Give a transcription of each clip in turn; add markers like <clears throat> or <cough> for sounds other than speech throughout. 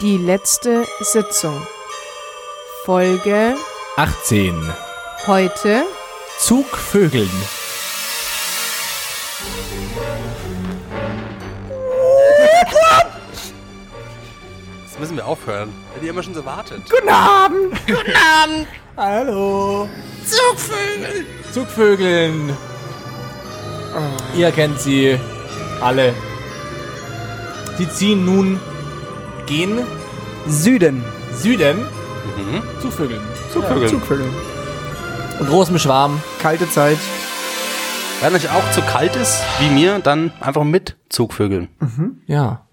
Die letzte Sitzung. Folge 18. heute. Zugvögeln. Das müssen wir aufhören. Wenn ihr immer schon so wartet. Guten Abend. Guten Abend. Hallo. Zugvögel. Zugvögeln. Ihr kennt sie alle. Sie ziehen nun gen Süden. Süden. Zugvögeln. Zugvögel. Zugvögel. Und großem Schwarm. Kalte Zeit. Wenn euch auch zu kalt ist, wie mir, dann einfach mit Zugvögeln. Ja.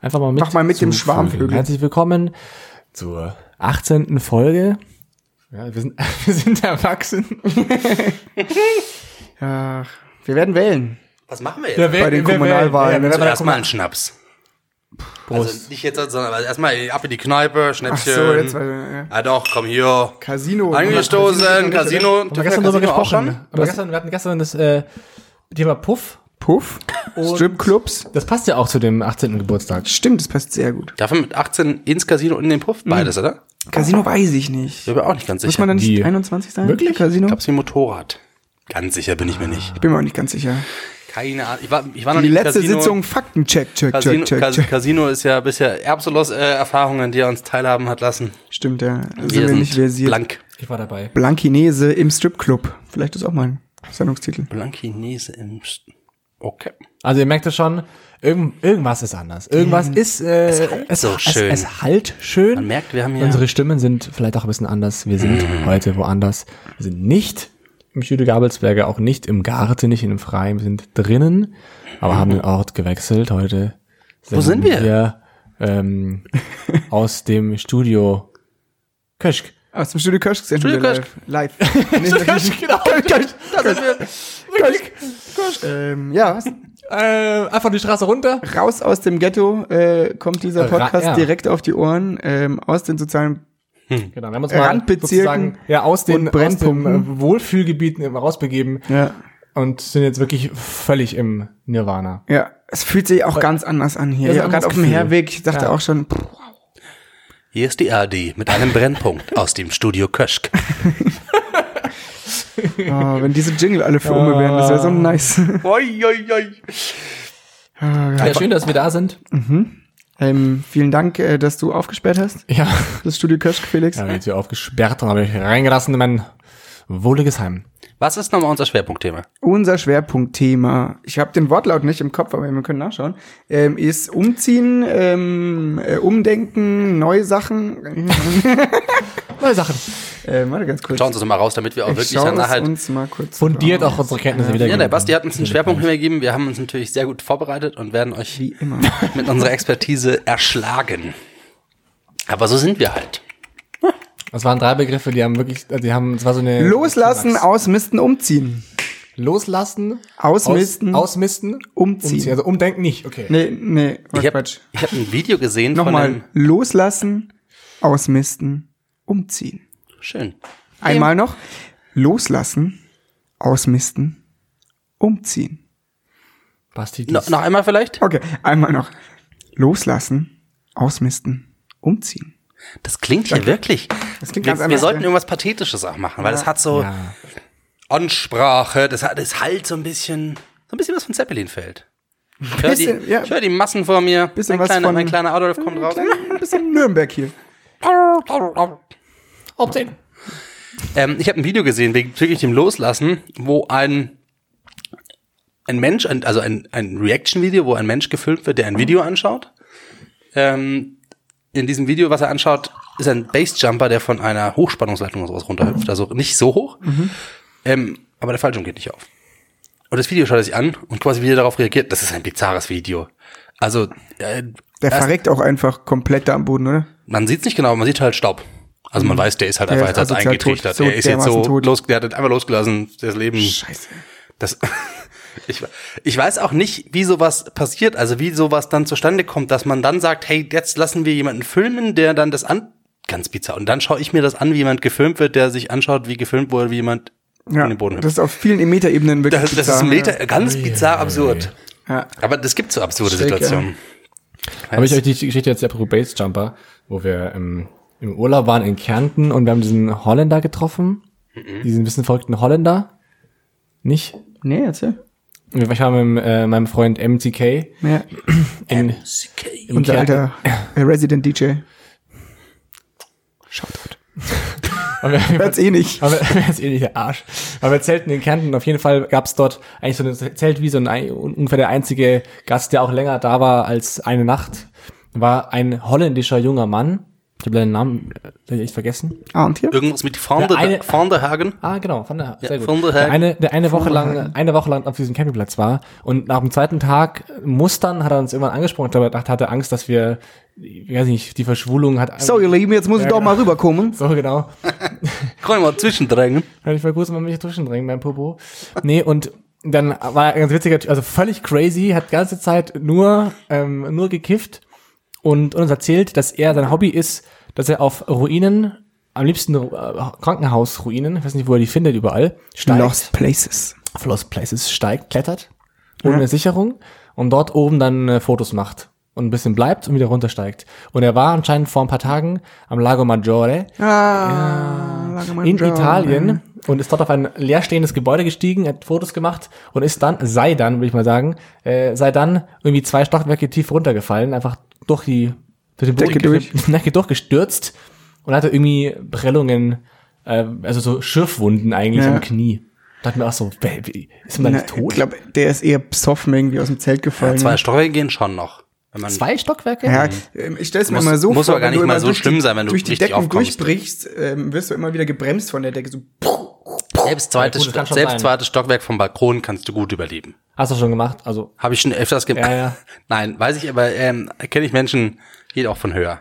Einfach mal mit. Mach mal mit dem zu Schwarmvögel. Vögeln. Herzlich willkommen zur 18. Folge. Ja, wir sind, <laughs> wir sind erwachsen. Ja, wir werden wählen. Was machen wir jetzt? Bei den Kommunalwahlen. Ja, wer- Also Erstmal einen Schnaps. Also nicht jetzt, sondern erstmal ab in die Kneipe, Schnäppchen. Ach so, jetzt war- ja. Ah doch, komm hier. Casino. Angestoßen, Casino. Wir haben gestern darüber ne? gesprochen. Aber gestern, wir hatten gestern das äh, Thema Puff. Puff. Stripclubs. Das passt ja auch zu dem 18. Geburtstag. Stimmt, das passt sehr gut. Darf man mit 18 ins Casino und in den Puff? Beides, oder? Casino weiß ich nicht. Ich bin mir auch nicht ganz Hm. Muss sicher. man dann nicht Die- 21 sein? Wirklich? Casino? ich glaube, es ist wie ein Motorrad. Ganz sicher bin ich mir nicht. Ich bin mir auch nicht ganz sicher. Keine Ahnung. Ich war, ich war noch Die nie im letzte Casino. Sitzung Faktencheck, check, Casino, check, check, Cas- check. Casino ist ja bisher Erbsolos äh, Erfahrungen, die er uns teilhaben hat lassen. Stimmt, ja. Sind wir nicht versiert. blank. Ich war dabei. Blankinese im Stripclub. Vielleicht ist auch mal ein Sendungstitel. Blank Chinese im St Okay. Also ihr merkt es schon, irgend, irgendwas ist anders. Irgendwas ist äh, es halt Hm. so schön. Es, es halt schön. Man merkt, Mhm. wir haben hier- unsere Stimmen sind vielleicht auch ein bisschen anders. Wir sind heute woanders. Wir sind nicht im Studio Gabelsberger, auch nicht im Garten, nicht in dem Freien. Wir sind drinnen, aber haben den Ort gewechselt heute. sind wir? <laughs> ähm, aus dem Studio Köschk. Aus dem Studio Kirsch sind Studio wir live. Live. <laughs> Nee, <laughs> natürlich genau. nicht. Köschk. ähm, ja, Äh, einfach die Straße runter. raus aus dem Ghetto äh, kommt dieser Ra- Podcast ja. direkt auf die Ohren. Ähm, aus den sozialen Genau, wir haben uns Randbezirken sozusagen, ja, aus den, und aus den Brennpunkten. äh, Wohlfühlgebieten immer rausbegeben ja. und sind jetzt wirklich völlig im Nirvana. Ja, es fühlt sich auch ganz anders an hier. Das ist Ja, ein gerade anderes auf dem Gefühl. Herweg, ich dachte Ja. auch schon, <laughs> pff, oh, Hier ist die RD mit einem Brennpunkt aus dem Studio Köschk. oh, wenn diese Jingle alle für Umme wären, das wäre so nice. <laughs> Oi, oi, oi. Ah, Ja, schön, dass wir da sind. ähm, vielen Dank, äh, dass du aufgesperrt hast, Ja, das Studio Köschk, Felix. da wird hier aufgesperrt und habe ich reingelassen in mein wohliges Heim. Was ist nochmal unser Schwerpunktthema? Unser Schwerpunktthema, ich habe den Wortlaut nicht im Kopf, aber wir können nachschauen, ähm, ist Umziehen, ähm, äh, Umdenken, neue <laughs> Sachen. Neue Sachen. äh, warte ganz kurz. Schauen Sie uns das mal raus, damit wir auch Ich wirklich schau danach es halt. uns mal kurz. Fundiert auch unsere Kenntnisse wieder. Ja, der Basti hat uns einen Schwerpunkt gegeben. Wir haben uns natürlich sehr gut vorbereitet und werden euch Wie <laughs> immer. mit unserer Expertise erschlagen. Aber so sind wir halt. Das waren drei Begriffe, die haben wirklich, äh, die haben, es war so eine... Loslassen, ausmisten, umziehen. Loslassen. Ausmisten. Aus, ausmisten. Umziehen. Also umdenken nicht, okay. Nee, nee, Ich warte, habe Quatsch. hab ein Video gesehen von einem. Nochmal loslassen, ausmisten, umziehen. Schön. Einmal noch. Loslassen, ausmisten, umziehen. Basti, No, dies- noch einmal vielleicht? Okay, einmal noch. Loslassen, ausmisten, umziehen. Das klingt hier wirklich. Das klingt wir, ganz wir anders, ne? sollten ja. irgendwas Pathetisches auch machen, weil das hat so Ja. Ansprache, das hat das halt so ein bisschen, so ein bisschen was von Zeppelin-Feld. Ich höre Bisschen, die, ja. ich hör die Massen vor mir. Bisschen mein, was kleiner, von- Äh, mein kleiner Adolf kommt raus. Ein bisschen Nürnberg hier. Aufziehen. Ähm, ich habe ein Video gesehen wegen wirklich dem Loslassen, wo ein ein Mensch, ein, also ein, ein Reaction-Video, wo ein Mensch gefilmt wird, der ein Video anschaut. Ähm, in diesem Video, was er anschaut, ist ein Bassjumper, der von einer Hochspannungsleitung oder sowas runterhüpft. Also nicht so hoch, ähm, aber der Fallschirm geht nicht auf. Und das Video schaut er sich an und quasi wieder darauf reagiert. Das ist ein bizarres Video. Also äh, Der <laughs> erst- verreckt auch einfach komplett da am Boden, oder? man sieht's nicht genau, aber man sieht halt Staub. Also man weiß, der ist halt Mhm. Der einfach ist jetzt als asozial eingetrichtert. tot, so der ist jetzt so dermaßen tot. los, der hat einfach losgelassen, das Leben. Scheiße. Das, <laughs> ich, ich weiß auch nicht, wie sowas passiert, also wie sowas dann zustande kommt, dass man dann sagt, hey, jetzt lassen wir jemanden filmen, der dann das an. Ganz bizarr. Und dann schaue ich mir das an, wie jemand gefilmt wird, der sich anschaut, wie gefilmt wurde, wie jemand Ja, in den Boden das ist auf vielen Metaebenen wirklich Das, das bizarr. ist Meta, ganz bizarr absurd. Ja. Aber das gibt so absurde Schräg, ja. Situationen. Habe ich euch die Geschichte jetzt der Base Jumper, wo wir im, im Urlaub waren in Kärnten und wir haben diesen Holländer getroffen, diesen ein bisschen verrückten Holländer. Nicht? Nee, erzähl. Wir waren mit äh, meinem Freund MTK Ja, in, in unser Kärnten. alter äh, <laughs> Resident DJ. Und wir- Hört's eh nicht. Aber jetzt eh nicht der Arsch. Aber wir zelten in Kärnten. Auf jeden Fall gab's dort eigentlich so eine Zeltwiese und ein, ungefähr der einzige Gast, der auch länger da war als eine Nacht, war ein holländischer junger Mann. Ich habe den Namen äh, echt vergessen. Ah, und hier? Irgendwas mit Van Der der, eine- Van der Hagen. Ah, genau, von der, Ja, sehr gut. von der der Hagen. eine, der eine Woche lang, eine Woche lang auf diesem Campingplatz war und nach dem zweiten Tag Mustern hat er uns irgendwann angesprochen. Ich glaube, er dachte, hatte Angst, dass wir, ich weiß nicht, die Verschwulung hat. So, genau. ihr Lieben, jetzt muss ich doch mal rüberkommen. so genau. Kann ich mal zwischendrängen. Kann ich mal kurz mal mich durchdringen, mein Popo. Nee, und dann war er ein ganz witziger Typ, also völlig crazy, hat die ganze Zeit nur, ähm, nur gekifft und, und uns erzählt, dass er sein Hobby ist, dass er auf Ruinen, am liebsten äh, Krankenhausruinen, ich weiß nicht, wo er die findet, überall, steigt, Lost Places. auf Lost Places steigt, klettert, ohne Sicherung und dort oben dann äh, Fotos macht und ein bisschen bleibt und wieder runtersteigt. Und er war anscheinend vor ein paar Tagen am Lago Maggiore Ah, ja, in Italien und ist dort auf ein leerstehendes Gebäude gestiegen, hat Fotos gemacht und ist dann, sei dann, würde ich mal sagen, äh, sei dann irgendwie zwei Stockwerke tief runtergefallen, einfach durch die durch den Decke durch. durch. <laughs> Decke durchgestürzt und hatte irgendwie Prellungen, äh, also so Schürfwunden eigentlich Ja. am Knie. Dachte mir auch so, Baby, ist man da Na, nicht tot? ich glaube, der ist eher besoffen irgendwie aus dem Zelt gefallen. Zwei Steuern gehen schon noch. Wenn man Zwei Stockwerke? Ja, ähm, ich stell's mir Muss- mal so muss vor, aber gar wenn nicht du mal immer so durch schlimm die, sein, wenn du durch die richtig Decken aufkommst. durchbrichst, ähm, wirst du immer wieder gebremst von der Decke. So, Selbst zweites, Ja, gut, das kann schon selbst sein. zweites Stockwerk vom Balkon kannst du gut überleben. Hast du schon gemacht? Also, Habe ich schon öfters gemacht. Ja, ja. <laughs> Nein, weiß ich, aber ähm, kenne ich Menschen, geht auch von höher.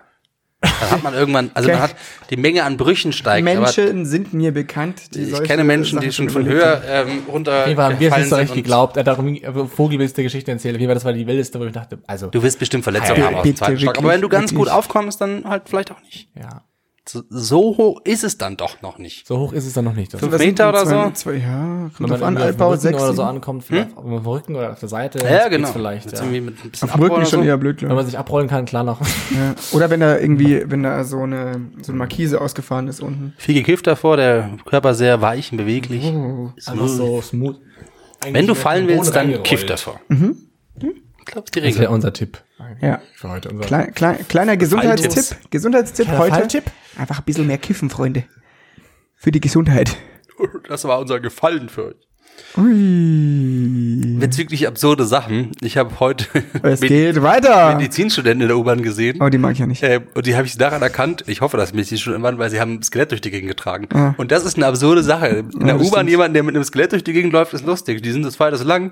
Dann hat man irgendwann, also man Okay. hat die Menge an Brüchen steigt. Menschen sind mir bekannt. Die aber ich solche kenne Menschen, die schon Sachen von überlebt höher ähm, auf jeden Fall haben runtergefallen wir es sind. nicht so recht und geglaubt. Er hat darum äh, vogelwildste Geschichte erzählt. Auf jeden Fall, das war die wildeste, wo ich dachte, also, Du wirst bestimmt Verletzungen Ja, haben aus dem bitte, zweiten Stock. wirklich, Aber wenn du ganz gut wirklich. aufkommst, dann halt vielleicht auch nicht. ja. So, so hoch ist es dann doch noch nicht. So hoch ist es dann noch nicht. oder? Fünf Was sind Meter denn oder zwei- so? Zwei, ja, Wenn kommt man drauf an, irgendwie auf dem Altbau Rücken 6. oder so ankommt, vielleicht auf dem Rücken oder auf der Seite. Hm? Ja, geht's genau. Vielleicht, ja. irgendwie mit ein bisschen Auf dem Rücken Abbau ist schon oder eher blöd, Wenn glaube man sich abrollen kann, klar <laughs> noch. ich. Ja. Oder wenn da irgendwie, wenn da so eine, so eine Markise ausgefahren ist unten. Viel gekifft davor, der Körper sehr weich und beweglich. Ist Mhm. Einfach Also, so smooth. Eigentlich Wenn du mit dem fallen Boden willst, dann reingerollt. kiff davor. Mhm. Hm? Ich glaube, die Das wäre Regel. unser Tipp Ja. für heute. Unser Klein, klein, kleiner Falltipps. Gesundheitstipp. Gesundheitstipp Kleiner heute. Falltipp. Einfach ein bisschen mehr kiffen, Freunde. Für die Gesundheit. Das war unser Gefallen für euch. Ui. Bezüglich absurde Sachen. Ich habe heute <laughs> Es Med- geht weiter. Medizinstudenten in der U-Bahn gesehen. Oh, die mag ich ja nicht. Äh, und die habe ich daran erkannt, ich hoffe, dass es Medizinstudenten waren, weil sie haben ein Skelett durch die Gegend getragen. Und das ist eine absurde Sache. In der das U-Bahn stimmt. jemand, der mit einem Skelett durch die Gegend läuft, ist lustig. Die sind das Pfeil so lang.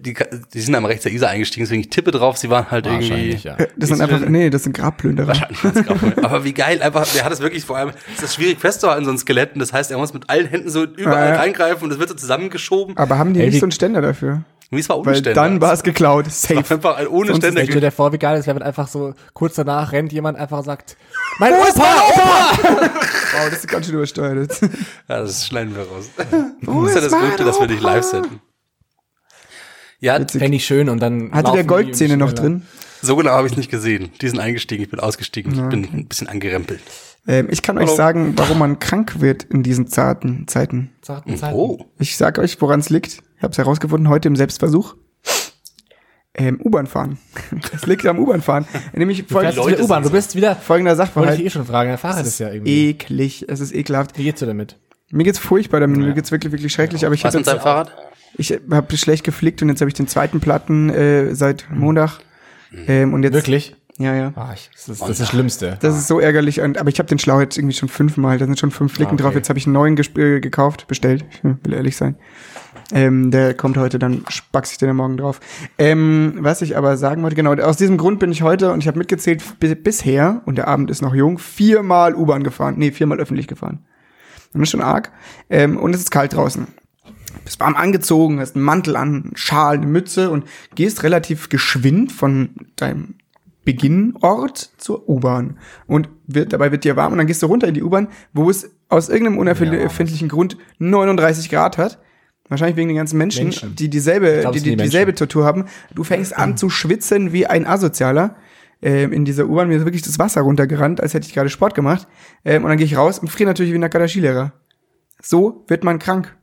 Die, die sind am rechts der Isar eingestiegen, deswegen ich tippe drauf, sie waren halt irgendwie. Wahrscheinlich, <laughs> ja. Äh, Das Ist- sind einfach, nee, das sind Grabplünderer. Wahrscheinlich hat's gehabt. Aber wie geil, einfach, der hat es wirklich vor allem, es ist schwierig festzuhalten, so ein Skelett. Und das heißt, er muss mit allen Händen so überall Ja, ja. reingreifen und es wird so zusammengeschoben. Aber haben die Ey, nicht wie- so einen Ständer dafür? Wie es war ohne Weil Ständer. dann war es geklaut. Safe. einfach ein ohne Sonst ist Ständer. Ich stelle dir vor, wie geil es wäre, wenn einfach so kurz danach rennt jemand einfach und <laughs> sagt, mein Wo Opa, ist mein Opa! Wow, das ist ganz schön übersteuert. Ja, das schneiden wir <laughs> raus. Wo das ist ja ist das Gute, mein dass wir nicht Opa? live senden. Ja, Fände ich schön und dann Hatte laufen der die Goldzähne noch schneller. drin? so genau habe ich es nicht gesehen. Die sind eingestiegen, ich bin ausgestiegen, ich bin ein bisschen angerempelt. Ähm, ich kann euch Hallo. sagen, warum man krank wird in diesen zarten Zeiten. Zarten Zeiten. Oh, Ich sag euch, woran es liegt. Ich habe es herausgefunden heute im Selbstversuch. Ähm, U-Bahn fahren. <laughs> Es liegt am U-Bahn fahren. Nämlich Du fährst folg wieder Leute U-Bahn, sind du bist wieder, folgender wollte ich Sachverhalt. eh schon fragen, der Fahrer ist ja eh irgendwie. Eklig, es ist ekelhaft. Wie geht's du damit? Mir geht's furchtbar damit, mir geht's wirklich, wirklich schrecklich. Aber ich was habe mit seinem Fahrrad? ich hab schlecht geflickt und jetzt habe ich den zweiten Platten äh, seit Montag. Ähm, und jetzt, Mhm. Wirklich? Ja, ja. Ah, ich, das, ist, das ist das Schlimmste. Das ist so ärgerlich. Und, aber ich habe den Schlauch jetzt irgendwie schon fünfmal. Da sind schon fünf Flicken Ah, okay. drauf. Jetzt habe ich einen neuen gesp- äh, gekauft, bestellt. Ich will ehrlich sein. Ähm, der kommt heute, dann spackse ich den dann morgen drauf. Ähm, was ich aber sagen wollte, genau, aus diesem Grund bin ich heute und ich habe mitgezählt, bi- bisher, und der Abend ist noch jung, viermal U-Bahn gefahren. Nee, viermal öffentlich gefahren. Das ist schon arg. Ähm, und es ist kalt draußen. Bist warm angezogen, hast einen Mantel an, einen Schal, eine Mütze und gehst relativ geschwind von deinem Beginnort zur U-Bahn. Und wird, dabei wird dir warm und dann gehst du runter in die U-Bahn, wo es aus irgendeinem unerfindlichen Grund 39 Grad hat. Wahrscheinlich wegen den ganzen Menschen, Menschen. die dieselbe, Ich glaub, die, es sind die, die dieselbe Tattoo haben. Du fängst an zu schwitzen wie ein Asozialer. Ähm, in dieser U-Bahn mir ist wirklich das Wasser runtergerannt, als hätte ich gerade Sport gemacht. Ähm, und dann gehe ich raus und friere natürlich wie ein Nakadashi-Lehrer. So wird man krank.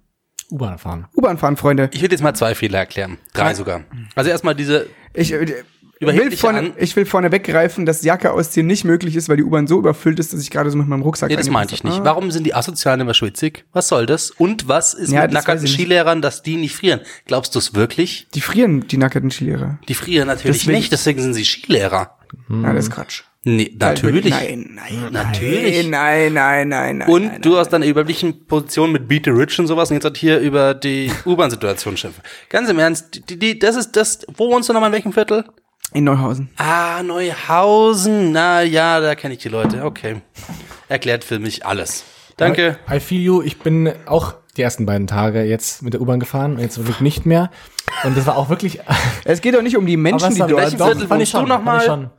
U-Bahn fahren. U-Bahn fahren, Freunde. Ich will jetzt mal zwei Fehler erklären. Drei sogar. Also erstmal diese, Ich, äh, will Überhebliche vorne, An- ich will vorne weggreifen, dass Jacke ausziehen nicht möglich ist, weil die U-Bahn so überfüllt ist, dass ich gerade so mit meinem Rucksack nee, das eingepasst meinte ich nicht. hab. Ah. Warum sind die Asozialen immer schwitzig? Was soll das? Und was ist Ja, mit das weiß nackten ich nicht. Skilehrern, dass die nicht frieren? Glaubst du es wirklich? Die frieren, die nackerten Skilehrer. Die frieren natürlich Deswegen- nicht, deswegen sind sie Skilehrer. Na, das ist Quatsch. Nee, natürlich. Hm. Nein, nein, Natürlich. Nein, nein, nein, nein. Und nein, du hast dann überlichen Position mit Beat the Rich und sowas und jetzt hat hier über <laughs> die U-Bahn-Situation schimpfen. Ganz im Ernst, die, die, das ist das, wo wohnst du nochmal in welchem Viertel? in Neuhausen. Ah, Neuhausen, na ja, da kenne ich die Leute, okay. Erklärt für mich alles. Danke. I feel you. Ich bin auch die ersten beiden Tage jetzt mit der U-Bahn gefahren und jetzt wirklich nicht mehr. Und das war auch wirklich. Es geht doch nicht um die Aber Menschen, es die war- dort welchen doch, Viertel fand ich wohnst du schon, noch fand mal? ich schon.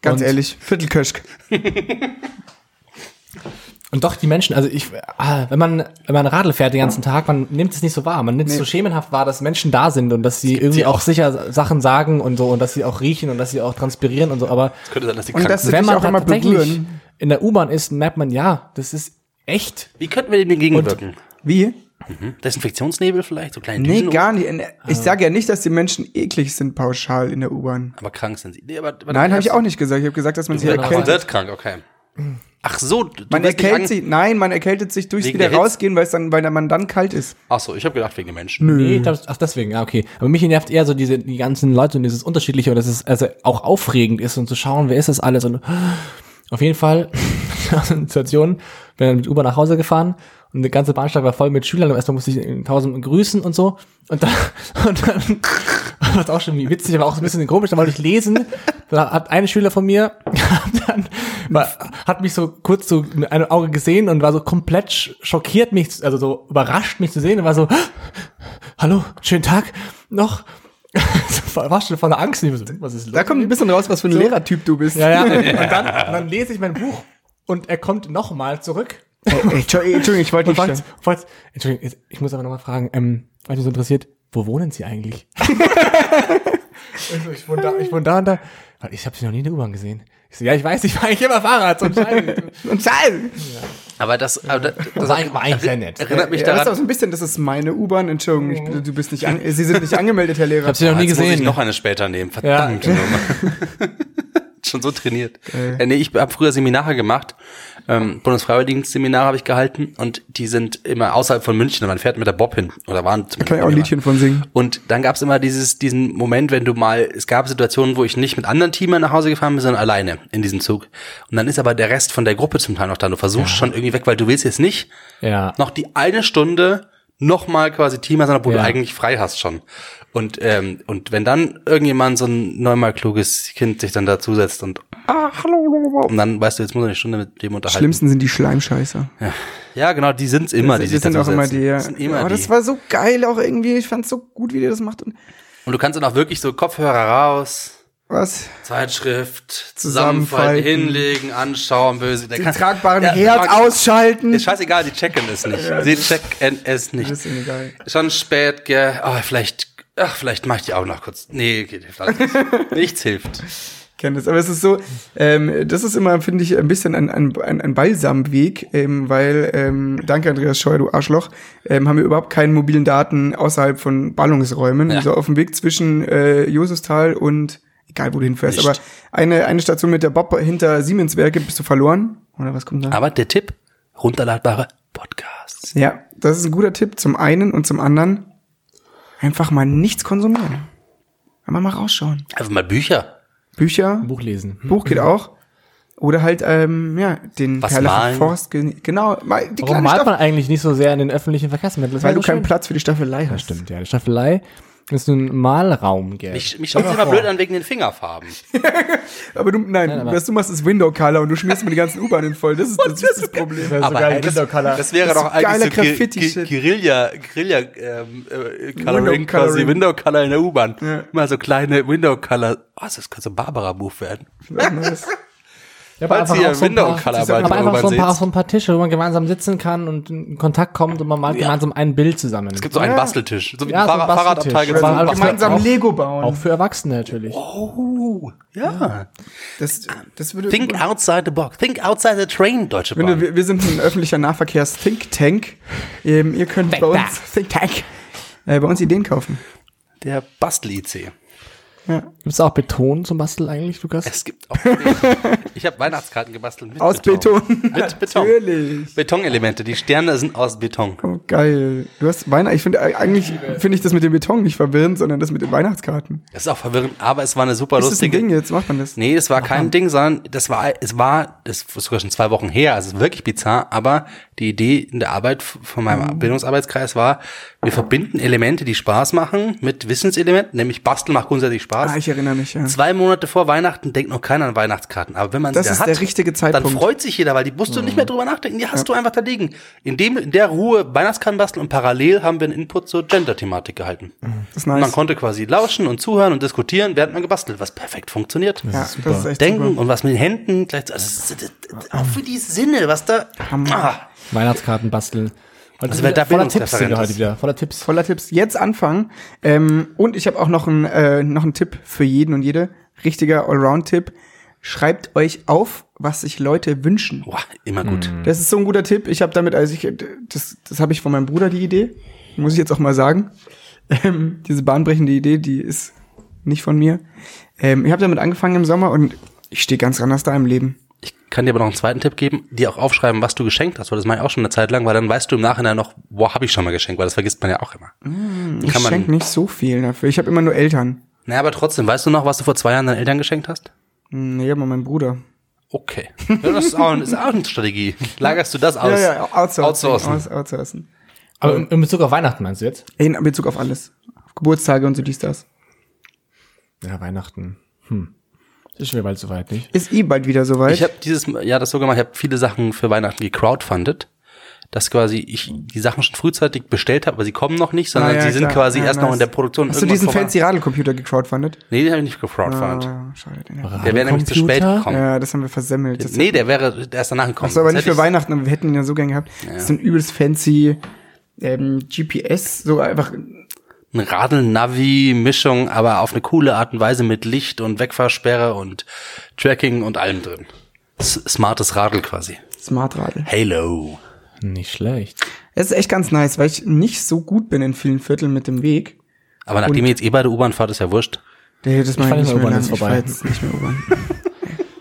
Ganz Und- ehrlich, Viertelköschk. Und doch, die Menschen, also ich, ah, wenn man, wenn man Radl fährt den ganzen Tag, man nimmt es nicht so wahr. Man nimmt es so schemenhaft wahr, dass Menschen da sind und dass sie irgendwie auch sicher Sachen sagen und so und dass sie auch riechen und dass sie auch transpirieren und so. Aber Es könnte sein, dass die Und krank das- sind. dich wenn man auch immer tatsächlich berühren. in der U-Bahn ist, merkt man, ja, das ist echt. Wie könnten wir dem gegenwirken? Wie? Desinfektionsnebel vielleicht, so kleine Nee, Düsen um- gar nicht. Ich sage ja nicht, dass die Menschen eklig sind pauschal in der U-Bahn. Aber krank sind sie. Nee, aber, aber Nein, habe ich auch nicht gesagt. Ich habe gesagt, dass man sie Ja, man erkältet. wird krank, okay. Ach so, du Man wirst nicht erkältet ang- sich, nein, man erkältet sich durchs Wegen wieder der Hitze? rausgehen, weil es dann, weil man dann kalt ist. Ach so, ich habe gedacht wegen den Menschen. Nö. Nee, das, ach, deswegen, ja, okay. Aber mich nervt eher so diese, die ganzen Leute und dieses Unterschiedliche und dass es also auch aufregend ist und zu schauen, wer ist das alles und auf jeden Fall, <laughs> Situation, bin dann mit Uber nach Hause gefahren und der ganze Bahnsteig war voll mit Schülern und erstmal musste ich in tausend grüßen und so und dann, <laughs> und dann <laughs> das war auch schon wie witzig, aber auch ein bisschen komisch, dann wollte ich lesen, dann hat ein Schüler von mir <laughs> hat dann, war, hat mich so kurz so mit einem Auge gesehen und war so komplett sch- schockiert mich, also so überrascht mich zu sehen und war so, hallo, schönen Tag noch. <laughs> Das war war schon voller Angst. Ich war so, was ist los? Da kommt ein bisschen raus, was für ein Lehrertyp du bist. Ja, <laughs> ja. <laughs> Und dann, und dann lese ich mein Buch und er kommt nochmal zurück Ey, Oh, äh, Entschuldigung, ich wollte und nicht. stören. fragt, fragt, Entschuldigung, jetzt- ich muss aber nochmal fragen, ähm, weil mich so interessiert, wo wohnen Sie <laughs> eigentlich? ich, so, ich wohne da, ich wohne da und da. Weil Ich habe Sie noch nie in der U-Bahn gesehen. Ich so, ja, ich weiß, ich war eigentlich immer Fahrrad. So scheiße. Und Scheiße. Aber das, aber das, das war eigentlich- war eigentlich sehr nett. Erinnert mich ja, daran. Das ist auch so ein bisschen, das ist meine U-Bahn. Entschuldigung, ich, du bist nicht an, äh, Sie sind nicht angemeldet, Herr Lehrer. Ich habe Sie noch Ah, nie jetzt Muss ich gesehen. noch eine später nehmen. <laughs> Verdammt. Ja. <laughs> Schon so trainiert. Äh, nee, ich habe früher Seminare gemacht. Ähm, Bundesfreiwilligendienstseminare habe ich gehalten und die sind immer außerhalb von München. und Man fährt mit der Bob hin oder waren zumindest Kann ich auch ein immer. Liedchen von singen. Und dann gab es immer dieses, diesen Moment, wenn du mal, es gab Situationen, wo ich nicht mit anderen Teamern nach Hause gefahren bin, sondern alleine in diesem Zug. Und dann ist aber der Rest von der Gruppe zum Teil noch da. Du versuchst schon irgendwie weg, weil du willst jetzt nicht Ja. noch die eine Stunde nochmal quasi Teamer sein, obwohl Ja. du eigentlich frei hast schon. Und, ähm, und wenn dann irgendjemand so ein neunmal kluges Kind sich dann dazusetzt und, Ah, hallo, hallo, hallo. und dann weißt du, jetzt muss er eine Stunde mit dem unterhalten. Schlimmsten sind die Schleimscheißer. Ja, genau, die sind's immer, die das sich sind auch immer dazusetzen. die. Ja. Das sind immer oh, die. das war so geil auch irgendwie. Ich fand's so gut, wie der das macht. Und Und du kannst dann auch wirklich so Kopfhörer raus. was? Zeitschrift, zusammenfalten, Zusammenfalten. hinlegen, anschauen, böse. Der Den kann- tragbaren Ja, Herd mag- ausschalten. Ist scheißegal, die checken es nicht. Sie checken es nicht. Das ist ihnen egal. Schon spät, gell. Oh, vielleicht, ach, vielleicht mach ich die Augen noch kurz. Nee, geht, hilft alles nicht. Nichts hilft. kenne das. Aber es ist so, ähm, das ist immer, finde ich, ein bisschen ein, ein, ein, ein Balsamweg, ähm, weil, ähm, danke Andreas Scheuer, du Arschloch, ähm, haben wir überhaupt keinen mobilen Daten außerhalb von Ballungsräumen. Ja. So auf dem Weg zwischen äh, Josefstal und, egal wo du hinfährst, Nicht. aber eine, eine Station mit der Bob hinter Siemenswerke bist du verloren. Oder was kommt da? Aber der Tipp, runterladbare Podcasts. ja, das ist ein guter Tipp zum einen und zum anderen, einfach mal nichts konsumieren. Einfach mal rausschauen. Einfach mal Bücher. Bücher, Buch lesen. Hm, Buch geht auch. Oder halt, ähm, ja, den hm. Was Perlacher malen? Forst. gen- Genau, mal die Warum kleine malt Staffel. man eigentlich nicht so sehr in den öffentlichen Verkehrsmitteln? Das Weil wäre du so keinen schön. Platz für die Staffelei hast. Stimmt, ja. Die Staffelei ist ein Malraum, gell. Oh, Mich, mich schaut immer blöd an wegen den Fingerfarben. Aber du, nein, aber- was du machst, ist Window Color und du schmierst mir die ganzen U-Bahnen <laughs> voll. Das ist, das, ist das Problem. Aber das, das wäre Das ist doch eigentlich geiler so Gri- Gri- Graffiti-Shit. Guerilla, Guerilla ähm, äh, Coloring, Window-Coloring. quasi Window Color in der U-Bahn. Ja. Immer so kleine Window Color. Oh, das könnte so ein Barbara-Buch werden. Das ist nice. Ja, aber Falls einfach ihr auch so ein Window paar- Color Aber einfach so ein, paar, seht. so ein paar Tische, wo man gemeinsam sitzen kann und in Kontakt kommt und man malt gemeinsam ein Bild zusammen. Es gibt so einen Basteltisch. So wie Ja, ein so ein Fahrrad, Basteltisch. Fahrradabteil. gibt's Also auch einen gemeinsam Bastel- Gemeinsam auch- Lego bauen. Auch für Erwachsene natürlich. Oh, ja. Das, das würde, Think outside the box. Think outside the train, Deutsche Freunde, Bahn. wir, wir sind ein öffentlicher Nahverkehrs-Think Tank. Ähm, ihr könnt bei uns Think Tank äh, bei uns Ideen kaufen. Der Bastel-IC. Gibt es auch Beton zum Basteln eigentlich, Lukas? Es gibt auch. ich habe Weihnachtskarten gebastelt mit Aus Beton. Mit Beton. Natürlich. Betonelemente. Die Sterne sind aus Beton. Oh, geil. Du hast Weihnachten. Ich finde äh, eigentlich finde ich das mit dem Beton nicht verwirrend, sondern das mit den Weihnachtskarten. Das ist auch verwirrend, aber es war eine super Ist das ein lustige. Ding jetzt? Macht man das? Nee, es war kein Ding, sondern das war, es war, das ist sogar schon zwei Wochen her, also es ist wirklich bizarr, aber die Idee in der Arbeit von Mhm. meinem Bildungsarbeitskreis war, wir verbinden Elemente, die Spaß machen, mit Wissenselementen, nämlich Basteln macht grundsätzlich Spaß. Ah, ich erinnere mich. Ja. Zwei Monate vor Weihnachten denkt noch keiner an Weihnachtskarten. Aber wenn man Das sie ist hat, der richtige Zeitpunkt. Mhm. dann freut sich jeder, weil die musst du nicht mehr drüber nachdenken. Die hast du einfach da liegen. In, dem, in der Ruhe Weihnachtskarten basteln und parallel haben wir einen Input zur Gender-Thematik gehalten. Das ist Man Mhm. nice. konnte quasi lauschen und zuhören und diskutieren, während man gebastelt, was perfekt funktioniert. Ja, ist das ist super. echt Denken super. und was mit den Händen gleich. Also, das ist- das- das- auch für die Sinne, was da. Ah, Weihnachtskarten basteln. Und das Also wer da voller Tipps sind Bildungsreferent wir heute ist. wieder. Voller Tipps. Voller Tipps. Jetzt anfangen. Ähm, und ich habe auch noch einen äh, noch einen Tipp für jeden und jede. Richtiger Allround-Tipp. Schreibt euch auf, was sich Leute wünschen. boah, immer gut. Das ist so ein guter Tipp. Ich habe damit, also ich, das, das habe ich von meinem Bruder die Idee, muss ich jetzt auch mal sagen. Ähm, diese bahnbrechende Idee, die ist nicht von mir. Ähm, ich habe damit angefangen im Sommer und ich stehe ganz anders da im Leben. Ich kann dir aber noch einen zweiten Tipp geben, dir auch aufschreiben, was du geschenkt hast, weil das mache ich auch schon eine Zeit lang, weil dann weißt du im Nachhinein noch, wo habe ich schon mal geschenkt, weil das vergisst man ja auch immer. Dann Ich kann man, schenke nicht so viel dafür. Ich habe immer nur Eltern. Naja, aber trotzdem, weißt du noch, was du vor zwei Jahren deinen Eltern geschenkt hast? Hm, Nee, aber mein Bruder. Okay. Ja, das ist auch, ist auch eine Strategie. Lagerst du das aus? outsourcen. Outsourcen. Aus, outsourcen. Aber in, in Bezug auf Weihnachten meinst du jetzt? In Bezug auf alles. Auf Geburtstage und so dies, das. Ja, Weihnachten. Hm. Ist schon wieder bald soweit, nicht? Ist eh bald wieder soweit. Ich habe dieses Jahr das so gemacht, ich habe viele Sachen für Weihnachten gecrowdfundet, dass quasi ich die Sachen schon frühzeitig bestellt habe, aber sie kommen noch nicht, sondern Ah, ja, sie halt, sind klar. quasi Ja, erst noch nice. in der Produktion. Hast du irgendwann diesen voran- fancy Radelcomputer gecrowdfundet? Nee, den habe ich nicht gecrowdfundet. Ah, schade. den hab- Der wäre nämlich zu spät Computer? gekommen. Ja, das haben wir versemmelt. Das nee, der wäre der ist danach gekommen. Das war aber Das nicht hätte für Weihnachten, aber wir hätten ihn ja so gern gehabt. Das ist so ein übelst fancy ähm, GPS, so einfach. ich- Ein Radl-Navi-Mischung, aber auf eine coole Art und Weise mit Licht und Wegfahrsperre und Tracking und allem drin. S smartes Radl quasi. Smartradel. Halo. Nicht schlecht. Es ist echt ganz nice, weil ich nicht so gut bin in vielen Vierteln mit dem Weg. Aber nachdem ihr jetzt eh bei der U-Bahn fahrt, ist ja wurscht. Nee, das fahr mache ich jetzt nicht mehr mal U-Bahn, lang. ist Ich fahr vorbei. jetzt nicht mehr <laughs> U-Bahn.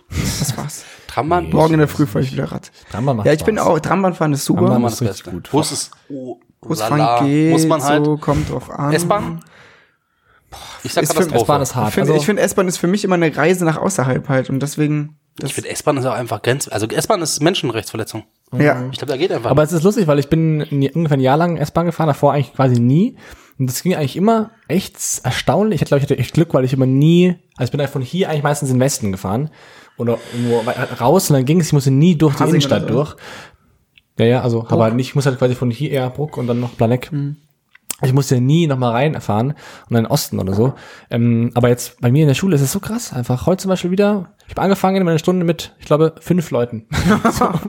das war's. Trambahn? Morgen in der Früh fahre ich wieder Rad. Drama macht Ja, ich bin Spaß. auch, Trambahn fahren ist super. Trambahn Trambahn Muss ist richtig Beste. gut. Bus ist, oh, Busfahren lala, geht, muss man halt. so, kommt drauf an. S-Bahn? Ich sag Ist für- Katastrophe. S-Bahn ist Ich hart. finde, Also, ich find, S-Bahn ist für mich immer eine Reise nach außerhalb halt und deswegen. Das, Ich finde, S-Bahn ist auch einfach Grenz. Also S-Bahn ist Menschenrechtsverletzung. ja. Mhm. Ich glaube, da geht einfach. aber es ist lustig, weil ich bin nie- ungefähr ein Jahr lang S-Bahn gefahren, davor eigentlich quasi nie. Und das ging eigentlich immer echt erstaunlich. Ich glaube, ich hatte echt Glück, weil ich immer nie, also ich bin halt von hier eigentlich meistens in den Westen gefahren oder irgendwo wei- raus und dann ging es, ich musste nie durch die Hassing Innenstadt oder so. durch. Ja, ja, also, aber nicht, ich musste halt quasi von hier eher Bruck und dann noch Planeck. Mhm. Ich musste ja nie nochmal reinfahren und dann in den Osten oder so. Ähm, aber jetzt bei mir in der Schule ist es so krass. Einfach heute zum Beispiel wieder. Ich habe angefangen in meiner Stunde mit, ich glaube, fünf <laughs> Leuten. so. Und